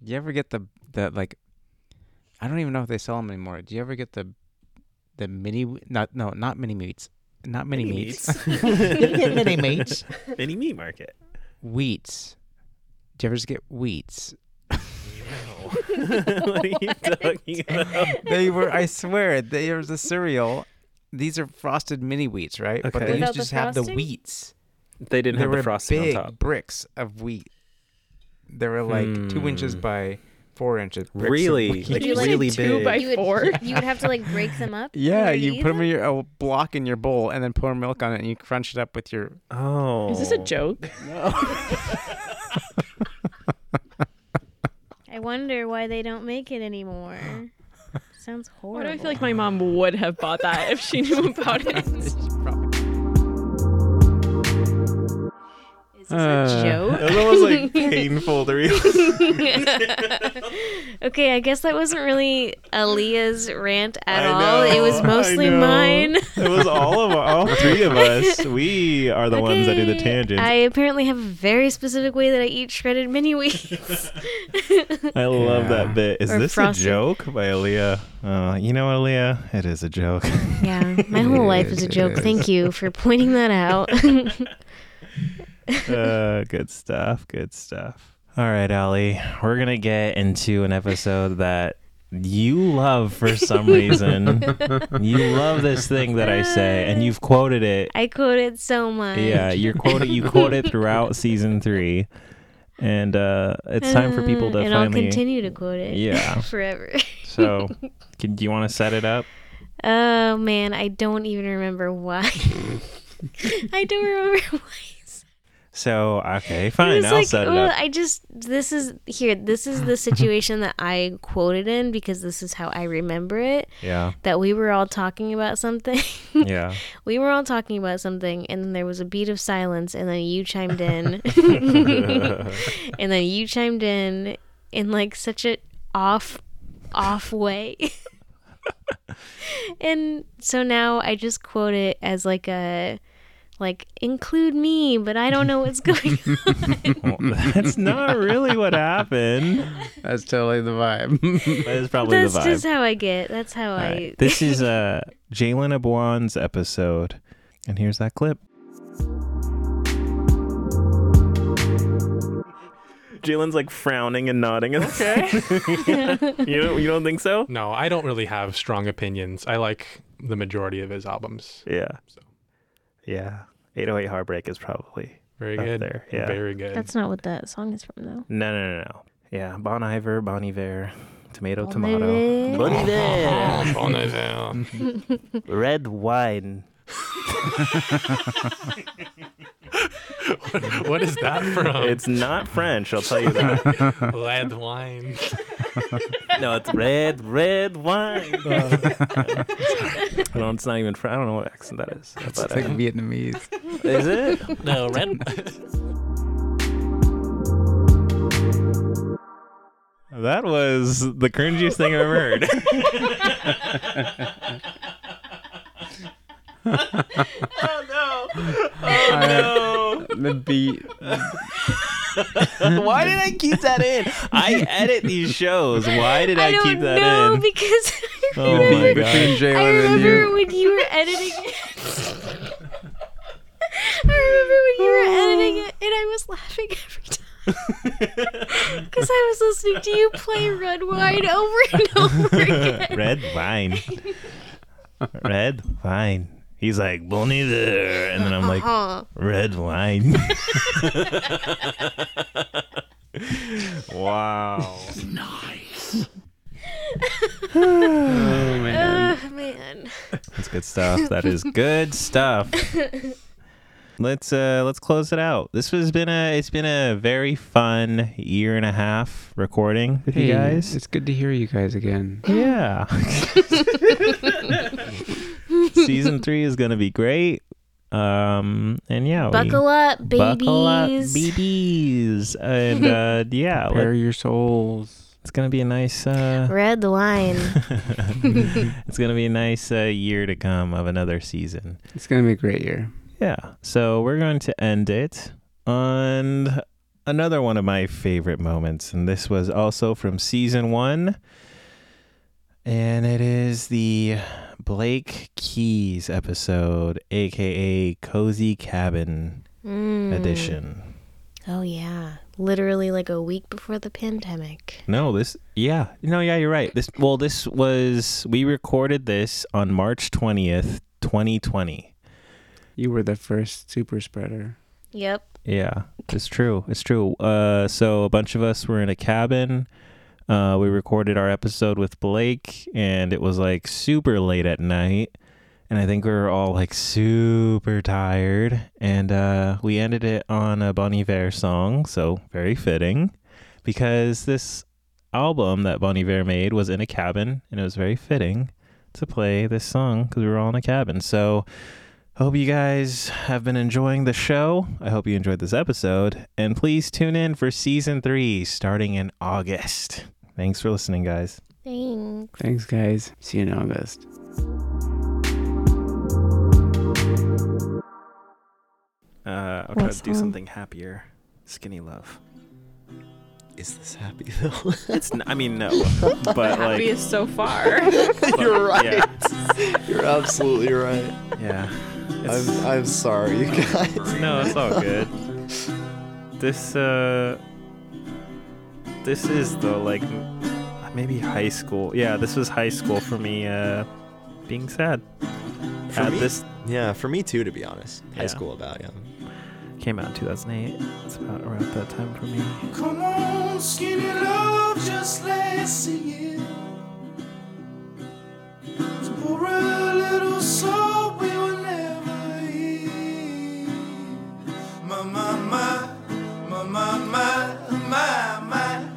Speaker 6: You ever get the the like? I don't even know if they sell them anymore. Do you ever get the the mini? Not no, not mini meats. Not mini,
Speaker 2: Mini
Speaker 6: meats.
Speaker 2: meats.
Speaker 6: mini meats.
Speaker 2: <laughs> Mini meat market.
Speaker 6: <laughs>
Speaker 2: <laughs>
Speaker 6: Wheats. Do you ever just get wheats?
Speaker 2: what are you talking about?
Speaker 3: <laughs>
Speaker 6: they were. I swear, there was a cereal. These are frosted mini wheats, right? But
Speaker 2: Okay.
Speaker 6: they used
Speaker 2: Without
Speaker 6: to
Speaker 2: the
Speaker 6: just have the
Speaker 2: frosting?
Speaker 6: wheats.
Speaker 2: They didn't
Speaker 6: There
Speaker 2: have the
Speaker 6: were
Speaker 2: frosting on
Speaker 6: big
Speaker 2: top.
Speaker 6: Bricks of wheat. They were like two inches
Speaker 2: Hmm.
Speaker 6: by four inches. bricks of
Speaker 2: Really?
Speaker 6: wheat.
Speaker 2: Like, Did you, like, really two big. by
Speaker 1: you would,
Speaker 13: <laughs> four?
Speaker 1: You would have to like break them
Speaker 2: <laughs>
Speaker 1: up.
Speaker 6: Yeah,
Speaker 1: in order to
Speaker 6: you
Speaker 1: eat
Speaker 6: put them in your a block in your bowl and then pour milk on it and you crunch it up with your. <laughs>
Speaker 2: Oh.
Speaker 13: Is this a
Speaker 1: <laughs>
Speaker 2: <laughs>
Speaker 13: joke?
Speaker 1: I wonder why they don't make it
Speaker 2: <laughs>
Speaker 1: anymore. Sounds
Speaker 13: Why
Speaker 1: horrible.
Speaker 13: do I feel like my mom would have bought that if she
Speaker 1: <laughs>
Speaker 13: knew about it?
Speaker 1: Is this a joke?
Speaker 2: That
Speaker 1: <laughs>
Speaker 2: was like painful to
Speaker 1: okay, I guess that wasn't really Aaliyah's rant at
Speaker 2: I
Speaker 1: all. It was
Speaker 2: know, <laughs> I
Speaker 1: mostly
Speaker 2: know.
Speaker 1: mine.
Speaker 2: It was all of <laughs> all
Speaker 1: <laughs>
Speaker 2: three of us. We are the ones that do the tangents.
Speaker 1: I apparently have a very specific way that I eat shredded mini
Speaker 2: <laughs>
Speaker 1: wheats.
Speaker 2: I love that bit. Is
Speaker 1: Or
Speaker 2: this
Speaker 1: frosted.
Speaker 2: a joke by Aaliyah? Uh, you know, Aaliyah, it is a joke. <laughs>
Speaker 1: yeah, my whole life is a joke. Thank you for pointing that out. <laughs>
Speaker 2: uh, good stuff. Good stuff. All right, Allie, we're gonna get into an episode that you love for some reason. you love this thing that I say, and you've quoted it.
Speaker 1: I quoted so much.
Speaker 2: Yeah, you're quoted. You quote it
Speaker 1: <laughs>
Speaker 2: throughout season three, and uh, it's time for people to
Speaker 1: and
Speaker 2: finally
Speaker 1: I'll continue to quote it.
Speaker 2: Yeah,
Speaker 1: forever. <laughs>
Speaker 2: so, can, do you want to set it up?
Speaker 1: Oh man, I don't even remember why. <laughs> I don't remember why.
Speaker 2: <laughs> So okay,
Speaker 1: It
Speaker 2: fine.
Speaker 1: was
Speaker 2: I'll
Speaker 1: like,
Speaker 2: set it
Speaker 1: well,
Speaker 2: up.
Speaker 1: I just this is here. This is the situation that I quoted in because this is how I remember it.
Speaker 2: Yeah.
Speaker 1: That we were all talking about something. <laughs>
Speaker 2: Yeah.
Speaker 1: we were all talking about something, and then there was a beat of silence, and then you chimed
Speaker 2: <laughs>
Speaker 1: in, and then you chimed in in like such a off off
Speaker 2: <laughs>
Speaker 1: way. and so now I just quote it as like a like include me, but I don't know
Speaker 2: <laughs>
Speaker 1: what's going on. <laughs>
Speaker 2: That's not really what happened.
Speaker 6: That's totally the vibe.
Speaker 2: that is
Speaker 1: <laughs>
Speaker 2: probably
Speaker 1: That's
Speaker 2: the vibe.
Speaker 1: just how I get. That's how
Speaker 2: All right.
Speaker 1: I. <laughs>
Speaker 2: this is uh, Jalen Abuan's episode, and here's that clip. Jalen's like frowning and nodding.
Speaker 1: <laughs>
Speaker 2: <laughs> Okay. you don't you don't think so?
Speaker 14: No, I don't really have strong opinions. I like the majority of his albums.
Speaker 2: Yeah. So. Yeah. 808 Heartbreak is probably
Speaker 14: very
Speaker 2: up
Speaker 14: good.
Speaker 2: there. Yeah.
Speaker 14: Very good.
Speaker 1: That's not what that song is from though.
Speaker 2: No, no, no, no. Yeah, Bon Iver, Bon Iver, Tomato,
Speaker 1: Bon
Speaker 2: Tomato.
Speaker 1: Iver. Bon
Speaker 2: <laughs>
Speaker 1: <laughs> Iver.
Speaker 14: Bon Iver.
Speaker 2: Red wine.
Speaker 14: <laughs> what is that from?
Speaker 2: It's not French, I'll tell you that.
Speaker 14: Red wine.
Speaker 2: no, it's red, red wine. I don't, it's not even French. I don't know what accent that is. It's <laughs>
Speaker 6: like Vietnamese.
Speaker 2: Is it?
Speaker 14: <laughs>
Speaker 2: No, red. That was the cringiest thing I've ever heard.
Speaker 7: Oh no!
Speaker 2: Oh,
Speaker 6: no. The beat.
Speaker 2: Why did I keep that in? I edit these shows. Why did I,
Speaker 1: don't
Speaker 2: keep that
Speaker 1: know
Speaker 2: in?
Speaker 1: because <laughs> I
Speaker 2: Oh
Speaker 1: remember,
Speaker 2: my God. Between Jalen
Speaker 1: I
Speaker 2: and
Speaker 1: remember
Speaker 2: you.
Speaker 1: when you
Speaker 2: <laughs>
Speaker 1: were editing it. I remember when you were editing it, and I was laughing every
Speaker 2: <laughs>
Speaker 1: time because I was listening to you play Red Wine over and over
Speaker 2: <laughs>
Speaker 1: again.
Speaker 2: Red wine. Red wine. He's like, bon there. And then I'm like,
Speaker 1: Uh-huh.
Speaker 2: red <laughs> wine. wow.
Speaker 7: Nice.
Speaker 2: Oh,
Speaker 1: man. Oh, man.
Speaker 2: That's good stuff. That is good stuff. Let's uh let's close it out. This has been a it's been a very fun year and a half recording with
Speaker 3: Hey,
Speaker 2: you guys.
Speaker 3: It's good to hear you guys again.
Speaker 2: Yeah. <laughs> Season three is gonna be great. Um and yeah, we-
Speaker 1: Buckle up,
Speaker 2: Buckle up,
Speaker 1: babies.
Speaker 2: babies, and
Speaker 1: <laughs>
Speaker 2: uh, yeah,
Speaker 3: Prepare
Speaker 2: your souls. It's gonna be a nice. Uh,
Speaker 1: Red line.
Speaker 2: <laughs> it's gonna be a nice uh, year to come of another season.
Speaker 3: It's gonna be a great year.
Speaker 2: Yeah. So we're going to end it on another one of my favorite moments. And this was also from season one. And it is the Blake Keys episode, aka Cozy Cabin
Speaker 1: Mm.
Speaker 2: edition.
Speaker 1: Oh yeah, literally like a week before the pandemic.
Speaker 2: No, this yeah. No, yeah, you're right. This well, this was we recorded this on March 20th, 2020.
Speaker 3: You were the first super spreader.
Speaker 1: Yep.
Speaker 2: Yeah, it's true. It's true. Uh, so a bunch of us were in a cabin. Uh, we recorded our episode with Blake, and it was like super late at night. And I think we were all like super tired. And uh, we ended it on a Bon Iver song, so very fitting, because this album that Bon Iver made was in a cabin, and it was very fitting to play this song because we were all in a cabin. So Hope you guys have been enjoying the show. I hope you enjoyed this episode. And please tune in for season three starting in August. Thanks for listening, guys.
Speaker 1: Thanks.
Speaker 3: Thanks, guys. See you in August.
Speaker 10: Uh, I'll
Speaker 3: What
Speaker 10: try to do
Speaker 3: song?
Speaker 10: something happier. Skinny love. Is this happy though? it's. N- I
Speaker 15: <laughs>
Speaker 10: mean, no. But like.
Speaker 13: Happiest so far.
Speaker 10: You're right.
Speaker 15: You're absolutely right.
Speaker 2: Yeah.
Speaker 15: I'm, I'm sorry, you guys.
Speaker 2: No, it's all good. This uh this is though like m- maybe high school. Yeah, this was high school for me uh being sad.
Speaker 15: For
Speaker 2: At
Speaker 15: me-
Speaker 2: this
Speaker 15: yeah, for me too, to be honest. High
Speaker 2: Yeah.
Speaker 15: school about, yeah.
Speaker 2: came out in 2008. It's about around that time for me.
Speaker 7: Come on, skinny love, just let's sing it. So pour a little salt we will never hear. My, my, my, my, my, my, my, my.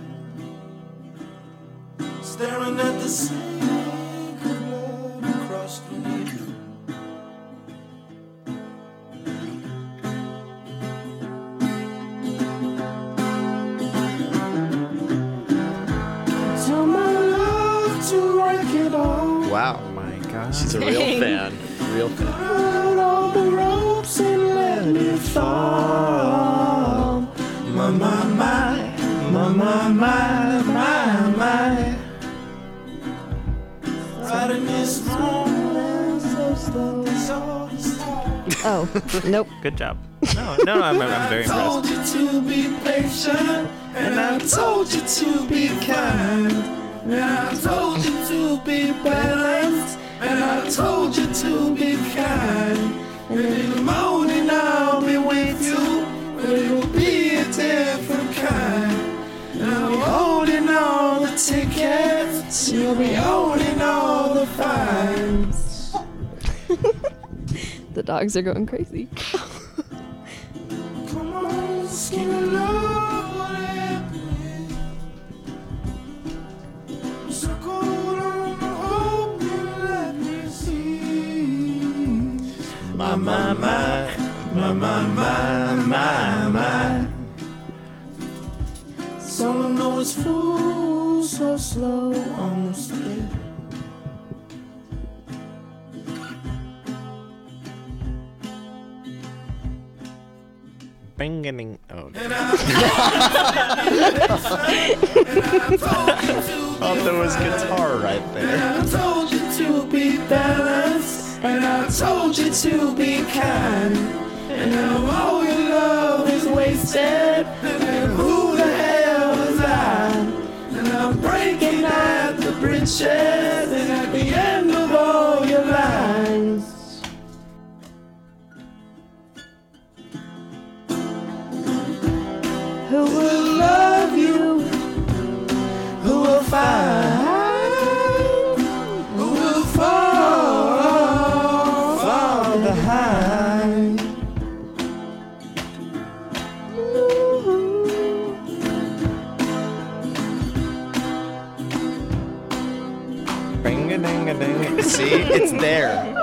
Speaker 7: Staring at the sink of blood across the river. Tell my love to wreck it all.
Speaker 15: Wow. my God. She's a real
Speaker 7: Dang.
Speaker 15: fan. Real fan.
Speaker 7: Cut all the ropes and let it fall. My, my, my, my, my, my, my, my. Right in this room, so slow, so slow.
Speaker 2: Oh, nope. Good job. No, no, I'm, I'm <laughs> very
Speaker 7: I
Speaker 2: impressed.
Speaker 7: told you to be patient, and I told you to be kind. And I told you to be balanced, and I told you to be kind. And in the morning I'll be with you, but it will be a different kind. And I'll be holding all the tickets, you'll be holding all the fines.
Speaker 13: the dogs are going crazy.
Speaker 7: Come on, skinny love, whatever it is. Circle on the hope and let me see. My, my, my, my, my, my, my, my. All I know is full, so slow, almost there.
Speaker 14: Banging. Oh.
Speaker 15: Oh, there was guitar right there.
Speaker 7: I told you to be balanced, and I told you to be kind. And now all your love is wasted, and who the hell is I? And I'm breaking at the bridges, and at the end of all your lines. Who will love you? Who will find? Who will fall, fall behind?
Speaker 2: See, it's there.